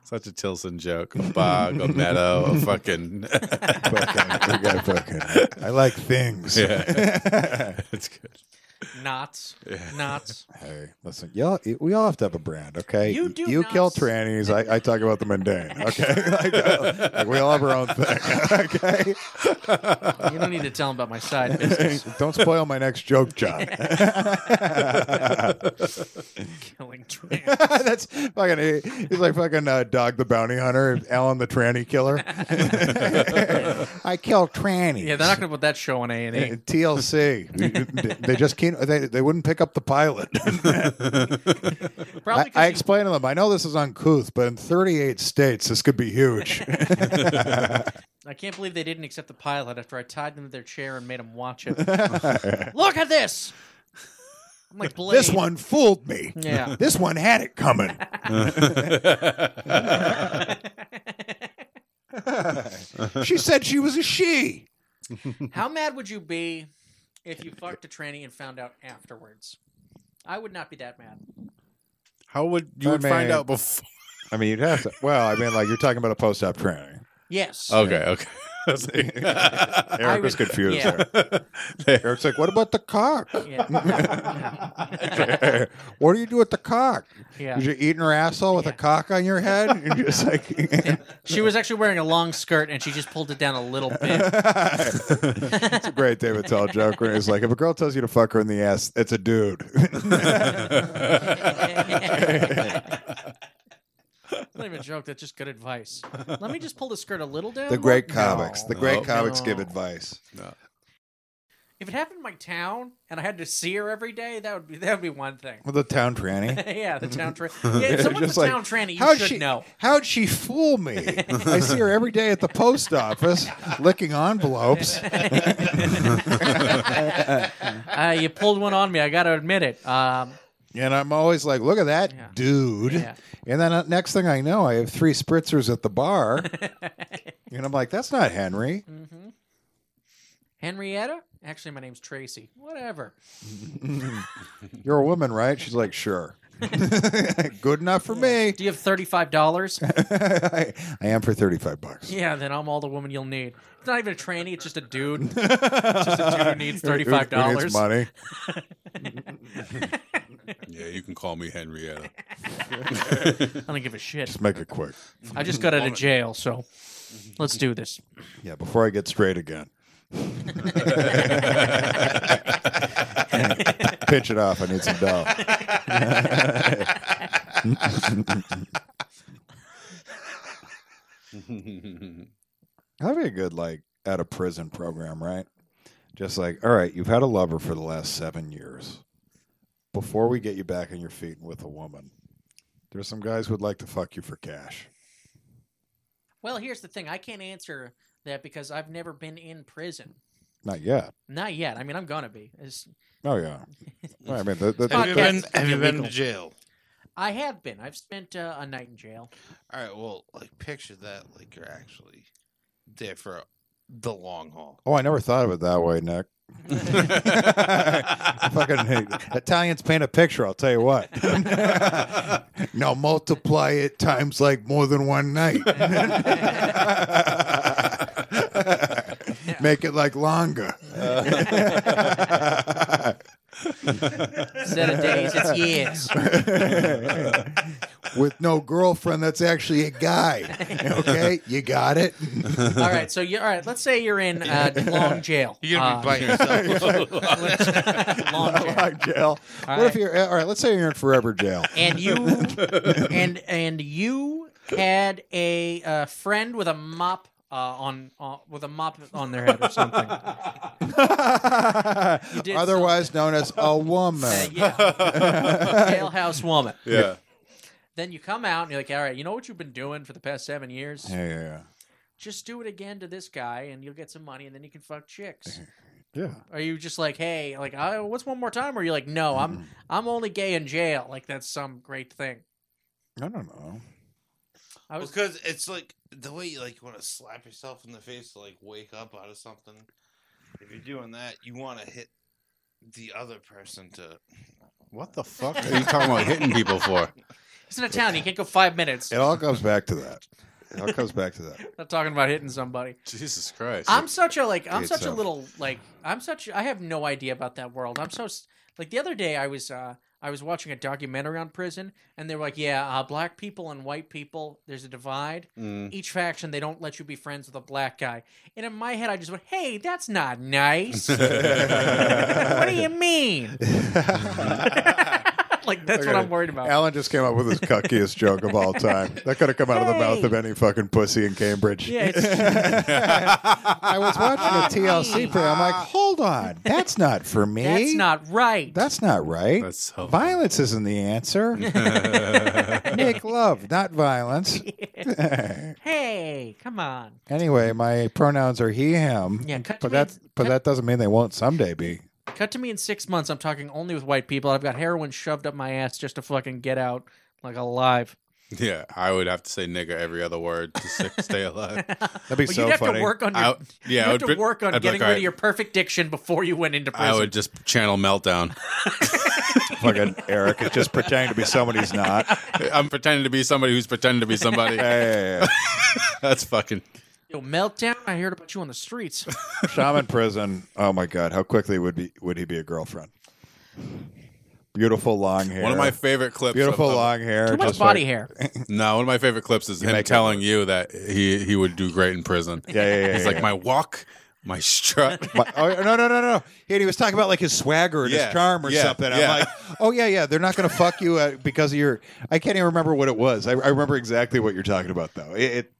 It's Such a Tilson joke. A bog, a meadow, a fucking. Fucking- we got fucking- I like things. Yeah. it's good. Knots. Yeah. Knots. Hey, listen, y'all, we all have to have a brand, okay? You do You not kill s- trannies. I, I talk about the mundane, okay? like, uh, like, we all have our own thing, You don't need to tell them about my side okay? business. Don't spoil my next joke, John. Killing trans. That's fucking. He's like fucking uh, Dog the Bounty Hunter, Alan the Tranny Killer. I kill trannies. Uh, Yeah, they're not going to put that show on A and E. TLC. We- they- they just can't. They, they wouldn't pick up the pilot. Probably I, I 'cause you- explained to them. I know this is uncouth, but in 38 states, this could be huge. I can't believe they didn't accept the pilot after I tied them to their chair and made them watch it. Look at this. I'm like Blade. this one fooled me. Yeah. This one had it coming. she said she was a she. How mad would you be if you fucked a tranny and found out afterwards? I would not be that mad. How would you I would find mean- out before? I mean, you'd have to. Well, I mean, like you're talking about a post-op tranny. Yes. Oh. Okay, okay. That's- I Eric was would- confused. yeah. there. Eric's like, "What about the cock? Yeah. what do you do with the cock? Yeah. You're eating her asshole with Yeah. a cock on your head? You're just like, She was actually wearing a long skirt and she just pulled it down a little bit. it's a great David Tell joke where he's like, if a girl tells you to fuck her in the ass, it's a dude. Not even a joke. That's just good advice. Let me just pull the skirt a little down. the great No. comics, the great No. comics No. give advice. If it happened in my town and I had to see her every day, that would be that would be one thing. Well, the town tranny. yeah, the town tranny. Yeah, if someone's just a like, town tranny, you How'd should she know. How'd she fool me? I see her every day at the post office licking envelopes. Uh, you pulled one on me. I got to admit it. Um, And I'm always like, look at that Yeah. dude. Yeah. And then uh, next thing I know, I have three spritzers at the bar. and I'm like, that's not Henry. Mm-hmm. Henrietta? Actually, my name's Tracy. Whatever. You're a woman, right? She's like, sure. Good enough for me. Do you have thirty-five dollars? I, I am for 35 bucks. yeah, then I'm all the woman you'll need. It's not even a tranny. It's just a dude. It's just a dude who needs Who- who- who thirty-five dollars. needs money. yeah, you can call me Henrietta. I don't give a shit. Just make it quick. I just got out of jail, so let's do this. Yeah, before I get straight again. Pinch it off. I need some dough. That'd be a good like out of prison program, right? Just like, all right, you've had a lover for the last seven years. Before we get you back on your feet and with a woman, there's some guys who'd like to fuck you for cash. Well, here's the thing. I can't answer that because I've never been in prison. Not yet. Not yet. I mean, I'm gonna be. It's- Oh yeah. Well, I mean, the, the, Have you been, Podcast have you been illegal. to jail? I have been. I've spent uh, a night in jail. All right, well, like picture that, like you're actually there for the long haul. oh, I never thought of it that way, Nick. Fucking Italians paint a picture. I'll tell you what. now multiply it times like more than one night. Make it like longer. Uh, Instead of days, it's years. With no girlfriend, that's actually a guy. Okay, you got it. All right. So you. All right. Let's say you're in uh, long jail. You're gonna be Uh, by yourself. long jail. Like jail. All what right. if you're all right? Let's say you're in forever jail. and you and and you had a uh, friend with a mop uh, on uh, with a mop on their head or something. Uh, did Otherwise known as a woman. yeah, jailhouse woman. Yeah. Then you come out and you're like, all right, you know what you've been doing for the past seven years? Yeah, yeah, Just do it again to this guy, and you'll get some money, and then you can fuck chicks. yeah. Yeah. Are you just like, hey, like, uh, what's one more time? Or are you like, no, Oh, I'm Mm-hmm. I'm only gay in jail. Like that's some great thing. Mm-hmm. I don't know. I was because it's like the way you like want to slap yourself in the face to like wake up out of something. If you're doing that, you want to hit the other person to. What the fuck are you talking about hitting people for? It's in a town. You can't go five minutes. It all comes back to that. It all comes back to that. Not talking about hitting somebody. Jesus Christ. I'm such a like. I'm It's, such a uh, little like. I'm such. I have no idea about that world. I'm so s- like the other day. I was uh I was watching a documentary on prison, and they were like, yeah, uh, black people and white people. There's a divide. Hmm. Mm. Each faction, they don't let you be friends with a black guy. And in my head, I just went, hey, that's not nice. what do you mean? like that's what Okay. I'm worried about. Alan just came up with his cuckiest joke of all time. That could have come out of the mouth Hey. of any fucking pussy in Cambridge. Yeah, I was watching a TLC play. I'm like, hold on, that's not for me. that's not right. That's not right. That's so violence isn't the answer. Make love, not violence. hey, come on. anyway, my pronouns are he, him. Yeah, cut to Mm-hmm. but me- that but cut- that doesn't mean they won't someday be. Cut to me in six months. I'm talking only with white people. I've got heroin shoved up my ass just to fucking get out like alive. Yeah, I would have to say nigga every other word to s- stay alive. That'd be But so you'd have funny. to work on your. I, yeah, you I have would to be- work on I'd be like, getting "All rid right." of your perfect diction before you went into prison. I would just channel meltdown. fucking Eric is just pretending to be someone he's not. I'm pretending to be somebody who's pretending to be somebody. Hey, That's fucking. Yo, meltdown. I heard about you on the streets. shaman prison. Oh my god, how quickly would be would he be a girlfriend? Beautiful long hair. One of my favorite clips. beautiful of, of- long hair. Too much just body like- hair. No, one of my favorite clips is him make it telling you that he he would do great in prison. Yeah, yeah, yeah. He's yeah. like my walk, my strut. My- oh, no, no, no, no. And he was talking about like his swagger and Yeah, his charm or yeah, something. I'm yeah. like, oh, yeah, yeah. They're not going to fuck you uh, because of your. I can't even remember what it was. I, I remember exactly what you're talking about, though. It. it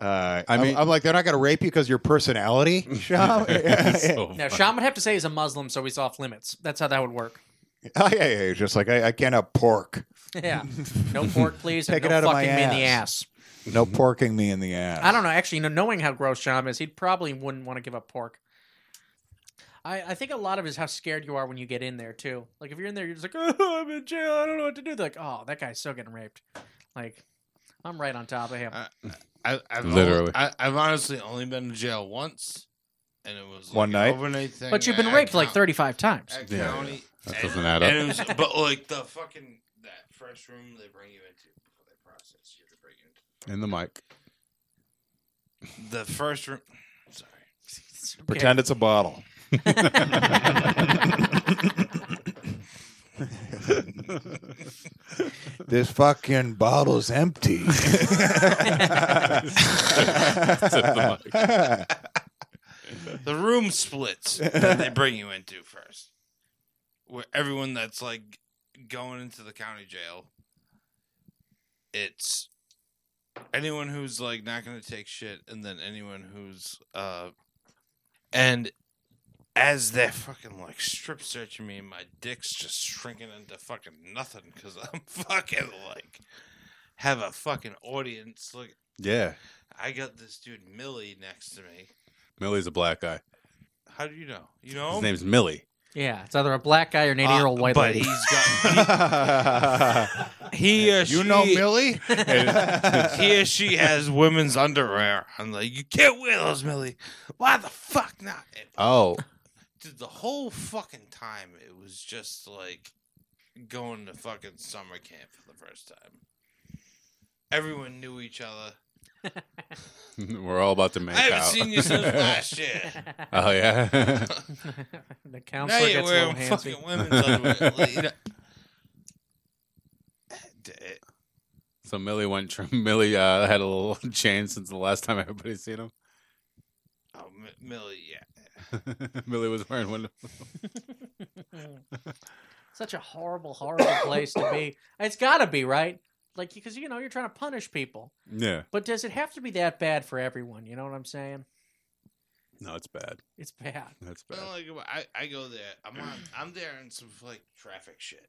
uh, I mean, mean- I'm, like, they're not going to rape you because of your personality. Sham? It's oh, so Now, Sean would have to say he's a Muslim, so he's off limits. That's how that would work. Oh, yeah, yeah, yeah. Just like, I, I can't have pork. Yeah. No pork, please. and Take it no out of my fucking me in the ass. ass. No porking me in the ass. I don't know. Actually, you know, knowing how gross Sham is, he probably wouldn't want to give up pork. I, I think a lot of it is how scared you are when you get in there too. Like if you're in there, you're just like, oh, I'm in jail. I don't know what to do. They're like, oh, that guy's still getting raped. Like, I'm right on top of him. I, I, I've Literally. only- I, I've honestly only been to jail once, and it was like One an night? overnight thing. but you've been at raped like coun- 35 times. At Yeah, county, That and- doesn't add and up. it was, but like the fucking that first room they bring you into before they process you to bring you into in the mic. the first room. Sorry. Okay. Pretend it's a bottle. this fucking bottle's empty. The room splits that they bring you into first, where everyone that's like going into the county jail, it's anyone who's like not going to take shit, and then anyone who's uh, and as they're fucking like strip searching me, my dick's just shrinking into fucking nothing because I'm fucking like have a fucking audience. Like Yeah, I got this dude Millie next to me. Millie's a black guy. How do you know? You know His him? name's Millie. Yeah, it's either a black guy or an 80 year old Uh, white but lady. he's got he, he or she, you know Millie? he or she has women's underwear. I'm like, you can't wear those, Millie. Why the fuck not? And, Oh, dude, the whole fucking time it was just like going to fucking summer camp for the first time. Everyone knew each other. we're all about to make I haven't out. seen you since last year. oh yeah. the Now counselor you're gets a little wearing handsy. fucking women's underwear. Like, you know- It- so Millie went. Tr- Millie uh, had a little change since the last time everybody's seen him. Oh, M- Millie, yeah. Millie was wearing one. Such a horrible, horrible place to be. It's got to be right, like because you know you're trying to punish people. Yeah. But does it have to be that bad for everyone? You know what I'm saying? No, it's bad. It's bad. That's bad. Well, like I, I go there. I'm on, I'm there in some like traffic shit,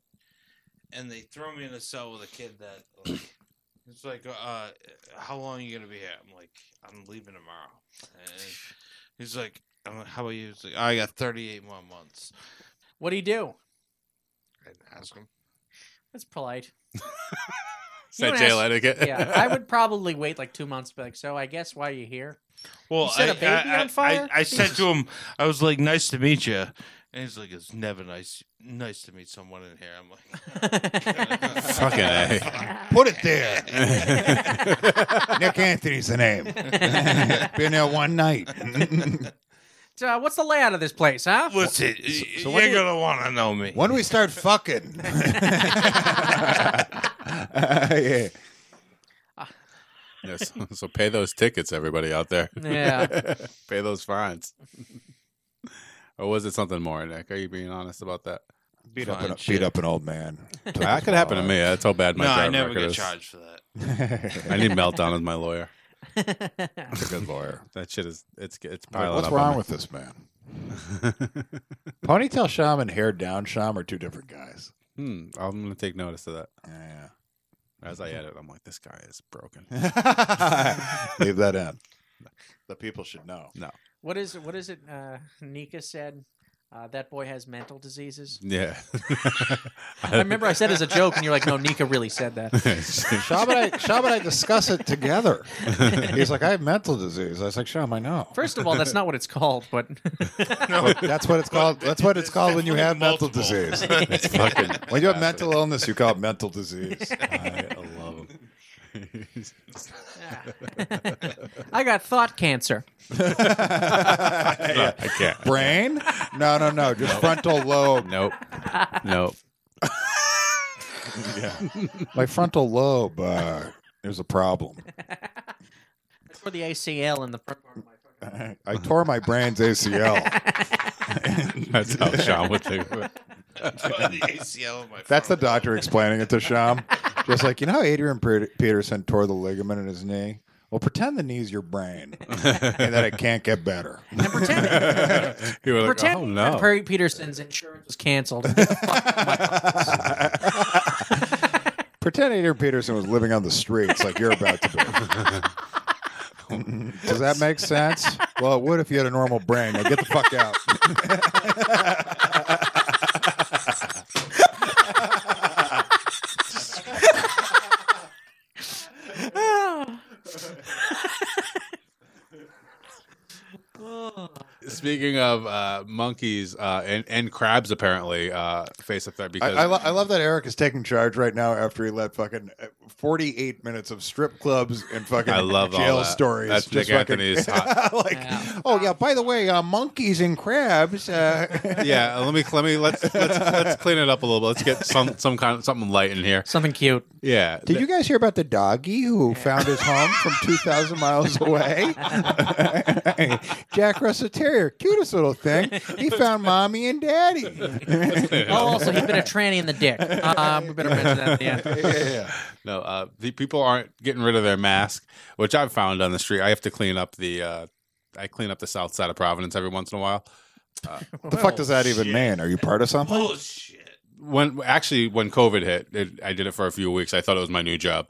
and they throw me in a cell with a kid that like, it's like, uh, how long are you gonna be here? I'm like, I'm leaving tomorrow. And he's like, I'm like, how about you? He's like, "Oh, I got 38 more months. What do you do? And ask him. That's polite. You Said don't jail ask- etiquette. yeah, I would probably wait like two months. Be like, so I guess why are you here? Well, You set I- a baby I, on I- fire? I, I said to him, I was like, "Nice to meet you," and he's like, "It's never nice, nice to meet someone in here." I'm like, Fucking A. Put it there. Nick Anthony's the name. Been there one night. So, uh, what's the layout of this place, huh? "Listen, so what do you're you- gonna want to know me." when do we start fucking? yeah. Yes. So pay those tickets, everybody out there. Yeah. pay those fines. or was it something more, Nick? Are you being honest about that? Beat up, Fine, an, shit. beat up an old man. that could happen to me. That's how bad my no, I driving never record get is. charged for that. I need meltdown as my lawyer. That's It's a good lawyer. That shit is it's it's piling What's up wrong on with this man? me. Ponytail Sham and Hair Down Sham are two different guys. hmm, I'm gonna take notice of that Yeah. as I edit. I'm like, this guy is broken. Leave that in. The people should know. What is what is it? Uh, Nika said uh, that boy has mental diseases. Yeah, I remember I said as a joke, and you're like, "No, Nika really said that." Sham and, I, Sham and I discuss it together. He's like, I have mental disease. I was like, Sham, I know. First of all, that's not what it's called, but But that's what it's called. That's what it's called when you have mental Multiple. disease. it's fucking. When you have mental illness, you call it mental disease. I love him. I got thought cancer. Yeah, I can't. Brain? No, no, no. Just frontal lobe. Nope. Nope. My frontal lobe. Uh, there's a problem. That's where the ACL and the front part of my fucking- I tore my brain's ACL. That's how Sean would think of it. the ACL of my That's the front. doctor explaining it to Sham. Just like, you know how Adrian Pe- Peterson tore the ligament in his knee? Well, pretend the knee's your brain and that it can't get better. and pretend, He was like, pretend oh that no. Perry Peterson's insurance was canceled. Pretend Adrian Peterson was living on the streets like you're about to be. Does that make sense? Well, it would if you had a normal brain. Now get the fuck out. Speaking of uh, monkeys uh, and, and crabs, apparently uh, face up there I, because I, lo- I love that Eric is taking charge right now after he let fucking uh, 48 minutes of strip clubs and fucking I love all jail that. stories. That's Nick Anthony's hot- like, Yeah. oh yeah. By the way, uh, monkeys and crabs. Uh, yeah. Let me let me let's let's, let's clean it up a little bit. Let's get some some kind of something light in here. Something cute. Yeah. Did you guys hear about the doggy who found his home from 2,000 miles away? Jack Russell Terrier, cutest little thing. He found mommy and daddy. Oh, also, he's been a tranny in the dick. Um, we better mention that at the end. yeah. No, uh, the people aren't getting rid of their mask, which I've found on the street. I have to clean up the uh, I clean up the south side of Providence every once in a while. What the fuck does that even mean? Are you part of something? Oh, bullshit. When actually when COVID hit, it, I did it for a few weeks. I thought it was my new job.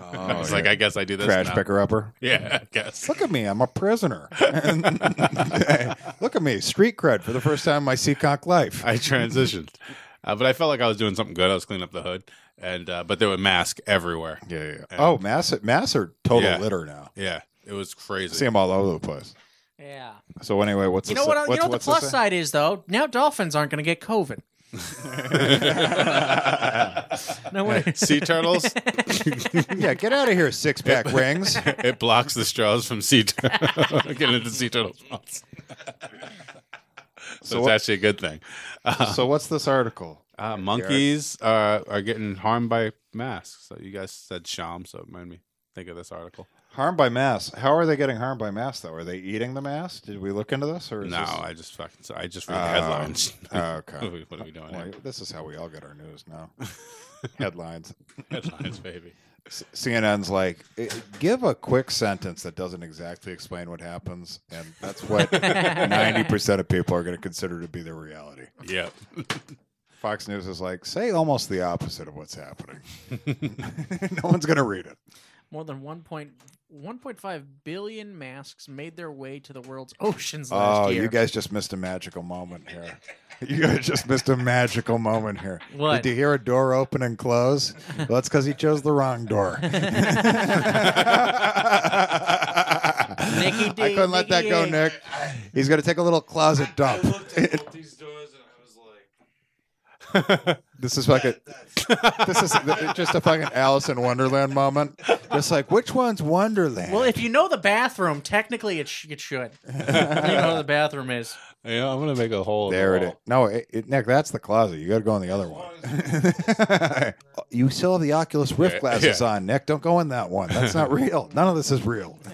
I was like, I guess I do this. trash now. picker upper. Yeah, I guess. Look at me, I'm a prisoner. Look at me, street cred for the first time in my Seacock life. I transitioned, uh, but I felt like I was doing something good. I was cleaning up the hood, and uh, but there were masks everywhere. yeah, yeah. Oh, mass, mass are total Yeah. litter now. Yeah, it was crazy. See them all over the place. Yeah. So anyway, what's You the know si- what? uh, You what's- know what the what's plus si- side is, though. Now dolphins aren't going to get COVID. No way. sea turtles. Yeah, get out of here, six pack rings. it blocks the straws from sea turtles getting into sea turtles. mouths. So so it's what- Ah, actually a good thing. Uh, So what's this article? uh, monkeys uh, are getting harmed by masks. So you guys said sham, so it made me think of this article. Harmed by mass. How are they getting harmed by mass though? Are they eating the mass? Did we look into this or is No, This... I just fucking. so I just read Oh. the headlines. Oh, okay. what are we doing? Well, here? this is how we all get our news now. Headlines. Headlines, baby. C- CNN's like, "I- give a quick sentence that doesn't exactly explain what happens, and that's what ninety percent of people are going to consider to be their reality. Yep. Fox News is like, say almost the opposite of what's happening. no one's going to read it. more than 1. point- 1.5 billion masks made their way to the world's oceans last Oh, year. you guys just missed a magical moment here. You guys just missed a magical moment here. What? Did you hear a door open and close? Well, that's because he chose the wrong door. Nikki I D, couldn't let that Nikki go, D. Nick. He's going to take a little closet dump. I looked at both these doors and I was like, This is fucking. that's This is just a fucking Alice in Wonderland moment. Just like which one's Wonderland? Well, if you know the bathroom, technically it, sh- it should. you know where the bathroom is. Yeah, I'm gonna make a hole. in the There it wall. is. No, it, it, Nick, that's the closet. You got to go in the other one. you still have the Oculus Rift Yeah, glasses on, Nick. Don't go in that one. That's not real. None of this is real.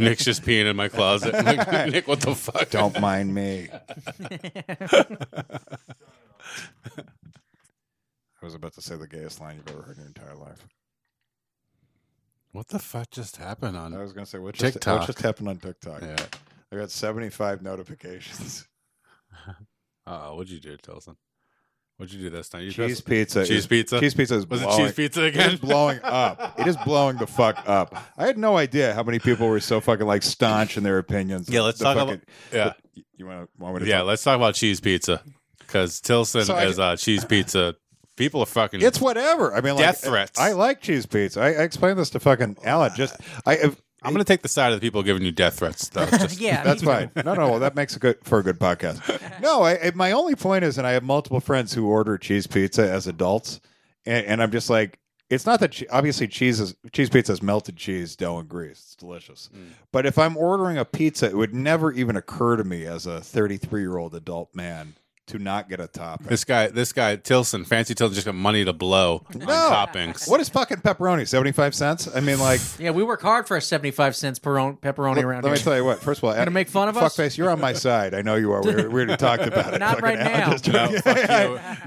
Nick's just peeing in my closet. I'm like, Nick, what the fuck? Don't mind me. I was about to say the gayest line you've ever heard in your entire life. What the fuck just happened I on? was going to say what just, just- what TikTok. what just just happened on TikTok. Yeah. I got seventy-five notifications. Uh, what'd you do, Tilson? What'd you do this time? You Cheese dressed- pizza. cheese is- pizza. Cheese pizza is was it blowing- cheese pizza It again? is blowing up. It is blowing the fuck up. I had no idea how many people were so fucking like staunch in their opinions. Yeah, let's The talk fucking- about- yeah, You want to? Want me to yeah. talk? Let's talk about cheese pizza because Tilson So I is uh, cheese pizza. People are fucking. It's whatever. I mean, like, Death threats. I like cheese pizza. I, I explained this to fucking Alan. Just I. If, I'm gonna take the side of the people giving you death threats, though. Just, yeah, that's me too. fine. No, no. Well, that makes a good for a good podcast. No, I, I- my only point is, and I have multiple friends who order cheese pizza as adults, and, and I'm just like, it's not that che- obviously cheese is cheese pizza is melted cheese, dough, and grease. It's delicious. Mm. But if I'm ordering a pizza, it would never even occur to me as a 33 year old adult man to not get a topping. This guy, this guy, Tilson, fancy Tilson, just got money to blow on toppings. What is fucking pepperoni? 75 cents? I mean, like, Yeah, we work hard for a 75 cents peron- pepperoni let, around let me here. tell you what. First of all, Gonna make fun of us? Fuckface, you're on my side. I know you are. We already- we already talked about it. Not Fucking right Alan now. just- No, fuck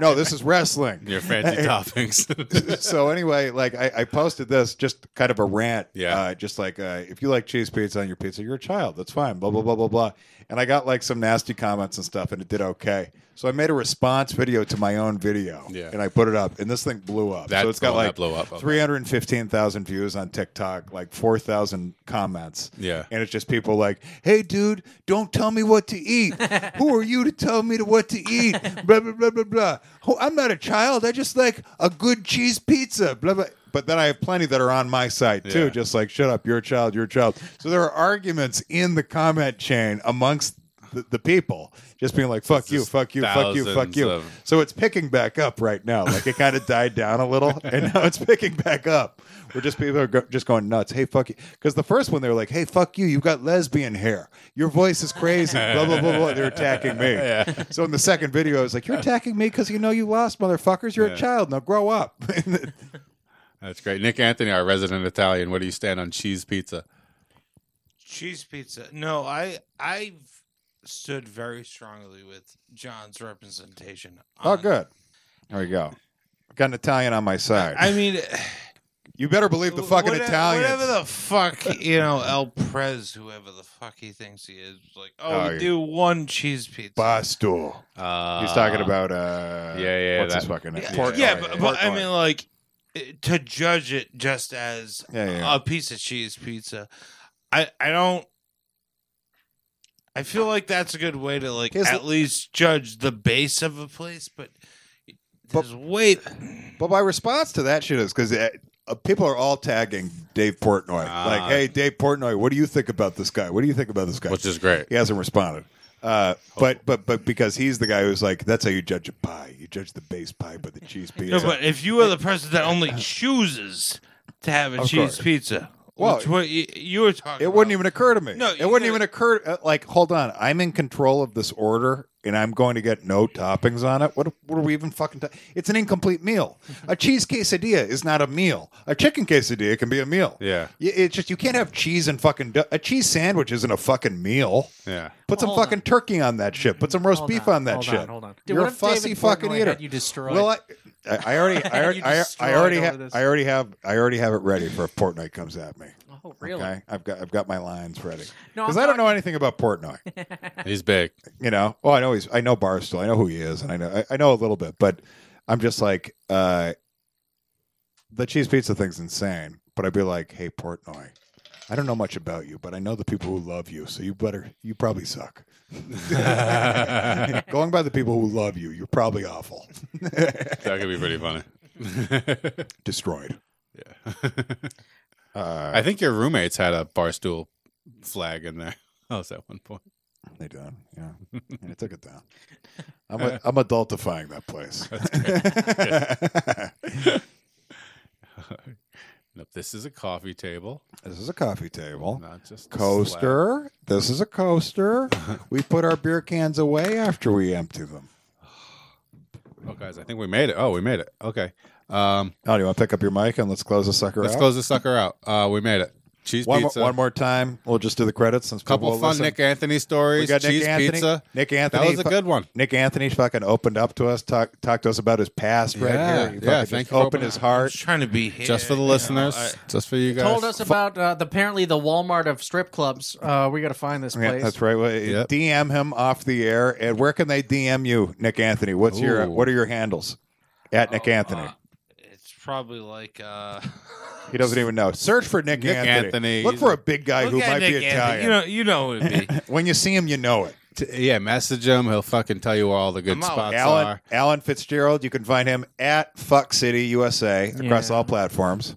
no, this is wrestling. Your fancy toppings. so anyway, like I, I posted this just kind of a rant. Yeah. Uh, just like uh, if you like cheese pizza on your pizza, you're a child. That's fine. Blah blah blah blah blah. And I got like some nasty comments and stuff, and it did okay. So I made a response video to my own video. Yeah. And I put it up, and this thing blew up. That's so it's got the one like that blew up, okay. 315,000 views on TikTok, like 4,000 comments. Yeah. And it's just people like, hey, dude, don't tell me what to eat. Who are you to tell me to what to eat? blah, blah, blah, blah, blah. Oh, I'm not a child. I just like a good cheese pizza. Blah, blah. But then I have plenty that are on my side too, Yeah. just like, shut up, you're a child, you're a child. So there are arguments in the comment chain amongst the, the people, just being like, fuck you, just fuck you, fuck you, fuck thousands you. of- So it's picking back up right now. Like it kind of died down a little, and now it's picking back up. We're just people are go- just going nuts. Hey, fuck you! Because the first one they were like, "Hey, fuck you! You've got lesbian hair. Your voice is crazy." blah blah blah blah. They're attacking me. So in the second video, I was like, "You're attacking me because you know you lost, motherfuckers. You're Yeah. a child. Now grow up." That's great. Nick Anthony, our resident Italian, where do you stand on cheese pizza? cheese pizza. No, I I've stood very strongly with John's representation. oh, on- good. There you go. I've got an Italian on my side. I mean, you better believe the fucking whatever, Italians. Whatever the fuck, you know, El Prez, whoever the fuck he thinks he is, like, oh, Oh, we you- do one cheese pizza. Bastool. Uh, He's talking about uh yeah, yeah, what's his that- fucking name? Yeah, Portnoy. yeah, but, but I Portnoy. mean, like, it- to judge it just as Yeah, yeah, yeah. a piece of cheese pizza, I I don't. I feel like that's a good way to like Here's at the- least judge the base of a place, but But- there's way. But my response to that shit is because uh, people are all tagging Dave Portnoy. Ah. like, hey, Dave Portnoy, what do you think about this guy? What do you think about this guy? which is great. he hasn't responded. Uh, Oh. but but but because he's the guy who's like, that's how you judge a pie. You judge the base pie by the cheese pizza. No, but if you are the person that only chooses to have a Of cheese course. pizza, Well, which what you, you were talking, it wouldn't about, even occur to me. No, it you wouldn't gotta- even occur. uh, Like, hold on, I'm in control of this order, and I'm going to get no toppings on it. What? What are we even fucking? Ta- it's an incomplete meal. a cheese quesadilla is not a meal. A chicken quesadilla can be a meal. Yeah. Y- It's just you can't have cheese and fucking du- a cheese sandwich isn't a fucking meal. Yeah. Put some Hold on. fucking turkey on that shit. Put some roast Hold beef on, on, that hold shit. on, hold on. Dude, You're what a if David fussy fucking Portnoy eater. had you destroyed? Well, I, I I already, I you already, I, I destroyed already over have, this. I already have, I already have it ready for if Portnoy comes at me. oh, really? Okay, I've got I've got my lines ready No, because I'm I don't know talking- anything about Portnoy. He's big. You know, oh, I know he's I know Barstool, I know who he is, and I know I, I know a little bit, but I'm just like uh the cheese pizza thing's insane. but I'd be like, "Hey, Portnoy, I don't know much about you, but I know the people who love you, so you better you probably suck." Going by the people who love you, you're probably awful. That could be pretty funny. Destroyed. yeah. Uh, I think your roommates had a barstool flag in their house at one point. They done, yeah. And I took it down. I'm i I'm adultifying that place. Nope, this is a coffee table, this is a coffee table. not just a Coaster. This is a coaster. We put our beer cans away after we empty them. slab. Oh, guys, I think we made it. Oh, we made it. Okay. Um, Oh, do you want to pick up your mic and let's close the sucker let's out? close this sucker out. Uh, we made it. Cheese one, more, pizza. one more time. We'll just do the credits since couple people will fun listen. Nick Anthony stories. We got Nick cheese Anthony. pizza. Nick That Anthony. was a good one. Nick Anthony fucking opened up to us, talk, talked to us about his past Yeah, right here. He yeah, fucking just thank you for opened opening his up. Just heart. trying to be here. Just for the you know, listeners. I- just for you guys. Told us about uh, the, apparently the Walmart of strip clubs. Uh, we got to find this Yeah, place. that's right. Well, Yep. DM him off the air. And where can they DM you, Nick Anthony? What's your Ooh. what are your handles? At Nick oh, Anthony. uh, it's probably like uh, he doesn't even know. Search for Nick, Nick Anthony. Anthony. Look He's for a- a big guy Look who at might Nick be Anthony. Italian. You know, you know what it'd be. when you see him, you know it. T- yeah, message him. He'll fucking tell you where all the good I'm out. spots Alan are. Alan Fitzgerald. You can find him at Fuck City USA across Yeah. all platforms.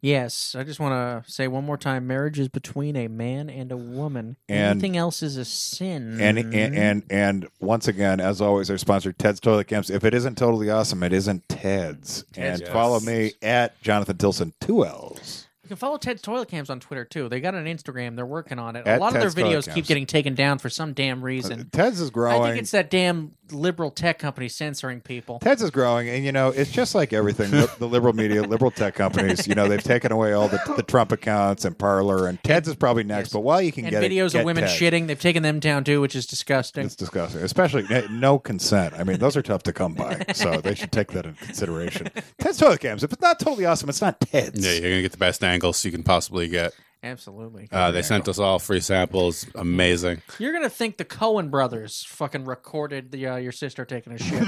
Yes, I just want to say one more time: marriage is between a man and a woman. And- Anything else is a sin. And, and Mm-hmm. and and once again, as always, our sponsor Ted's Toilet Camps. If it isn't totally awesome, it isn't Ted's. Ted's, and yes. follow me at Jonathan Tilson two L's. you can follow Ted's Toilet Cams on Twitter too. They got an Instagram. They're working on it. At a lot Ted's of their Toilet videos keep Cams. getting taken down for some damn reason. Ted's is growing. I think it's that damn liberal tech company censoring people. Ted's is growing, and you know it's just like everything. The, the liberal media, liberal tech companies, you know, they've taken away all the, the Trump accounts and Parlor, and Ted's is probably next. Yes. But while you can and get it, videos get of women Ted's. shitting, they've taken them down too, which is disgusting. It's disgusting, especially n- no consent. I mean, those are tough to come by, so they should take that into consideration. Ted's toilet cams. If it's not totally awesome, it's not Ted's. Yeah, you're gonna get the best angles you can possibly get. Absolutely. Uh, they sent us all free samples. Amazing. You're gonna think the Cohen brothers fucking recorded the uh, your sister taking a shit.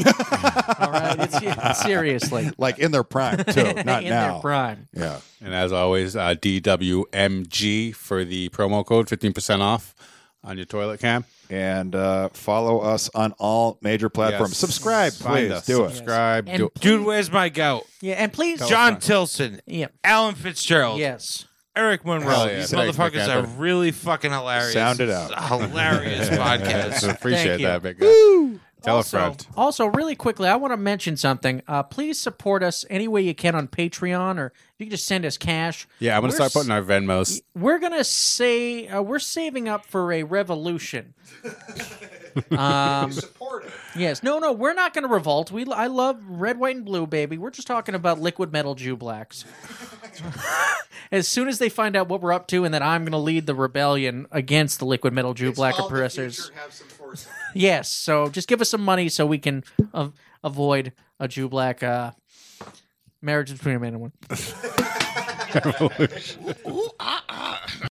All right, it's, seriously. Like in their prime too, not in now. their prime. Yeah, And as always, uh, DWMG for the promo code, 15% off on your toilet cam. and uh, follow us on all major platforms. Yes. Subscribe, Find please. us. Do it. Subscribe. And Do it. Dude, where's my gout? Yeah, and please, John Tilson, Yeah, Alan Fitzgerald, yes. Eric Monroe. Oh, Hell yeah. These Thanks, motherfuckers Nick are Anthony. really fucking hilarious. Sound it It's out. a Hilarious podcast. Thank Appreciate you. that, big guy. Tell also, a friend. also, really quickly, I want to mention something. Uh, please support us any way you can on Patreon, or you can just send us cash. Yeah, I'm We're going to start s- putting our Venmos. We're gonna say uh, we're saving up for a revolution. um, yes, no, no, we're not gonna revolt. We, I love red, white, and blue, baby. We're just talking about liquid metal Jew blacks. as soon as they find out what we're up to, and that I'm gonna lead the rebellion against the liquid metal Jew black oppressors. Yes. So just give us some money so we can av- avoid a Jew black uh, marriage between a man and a woman. Ooh,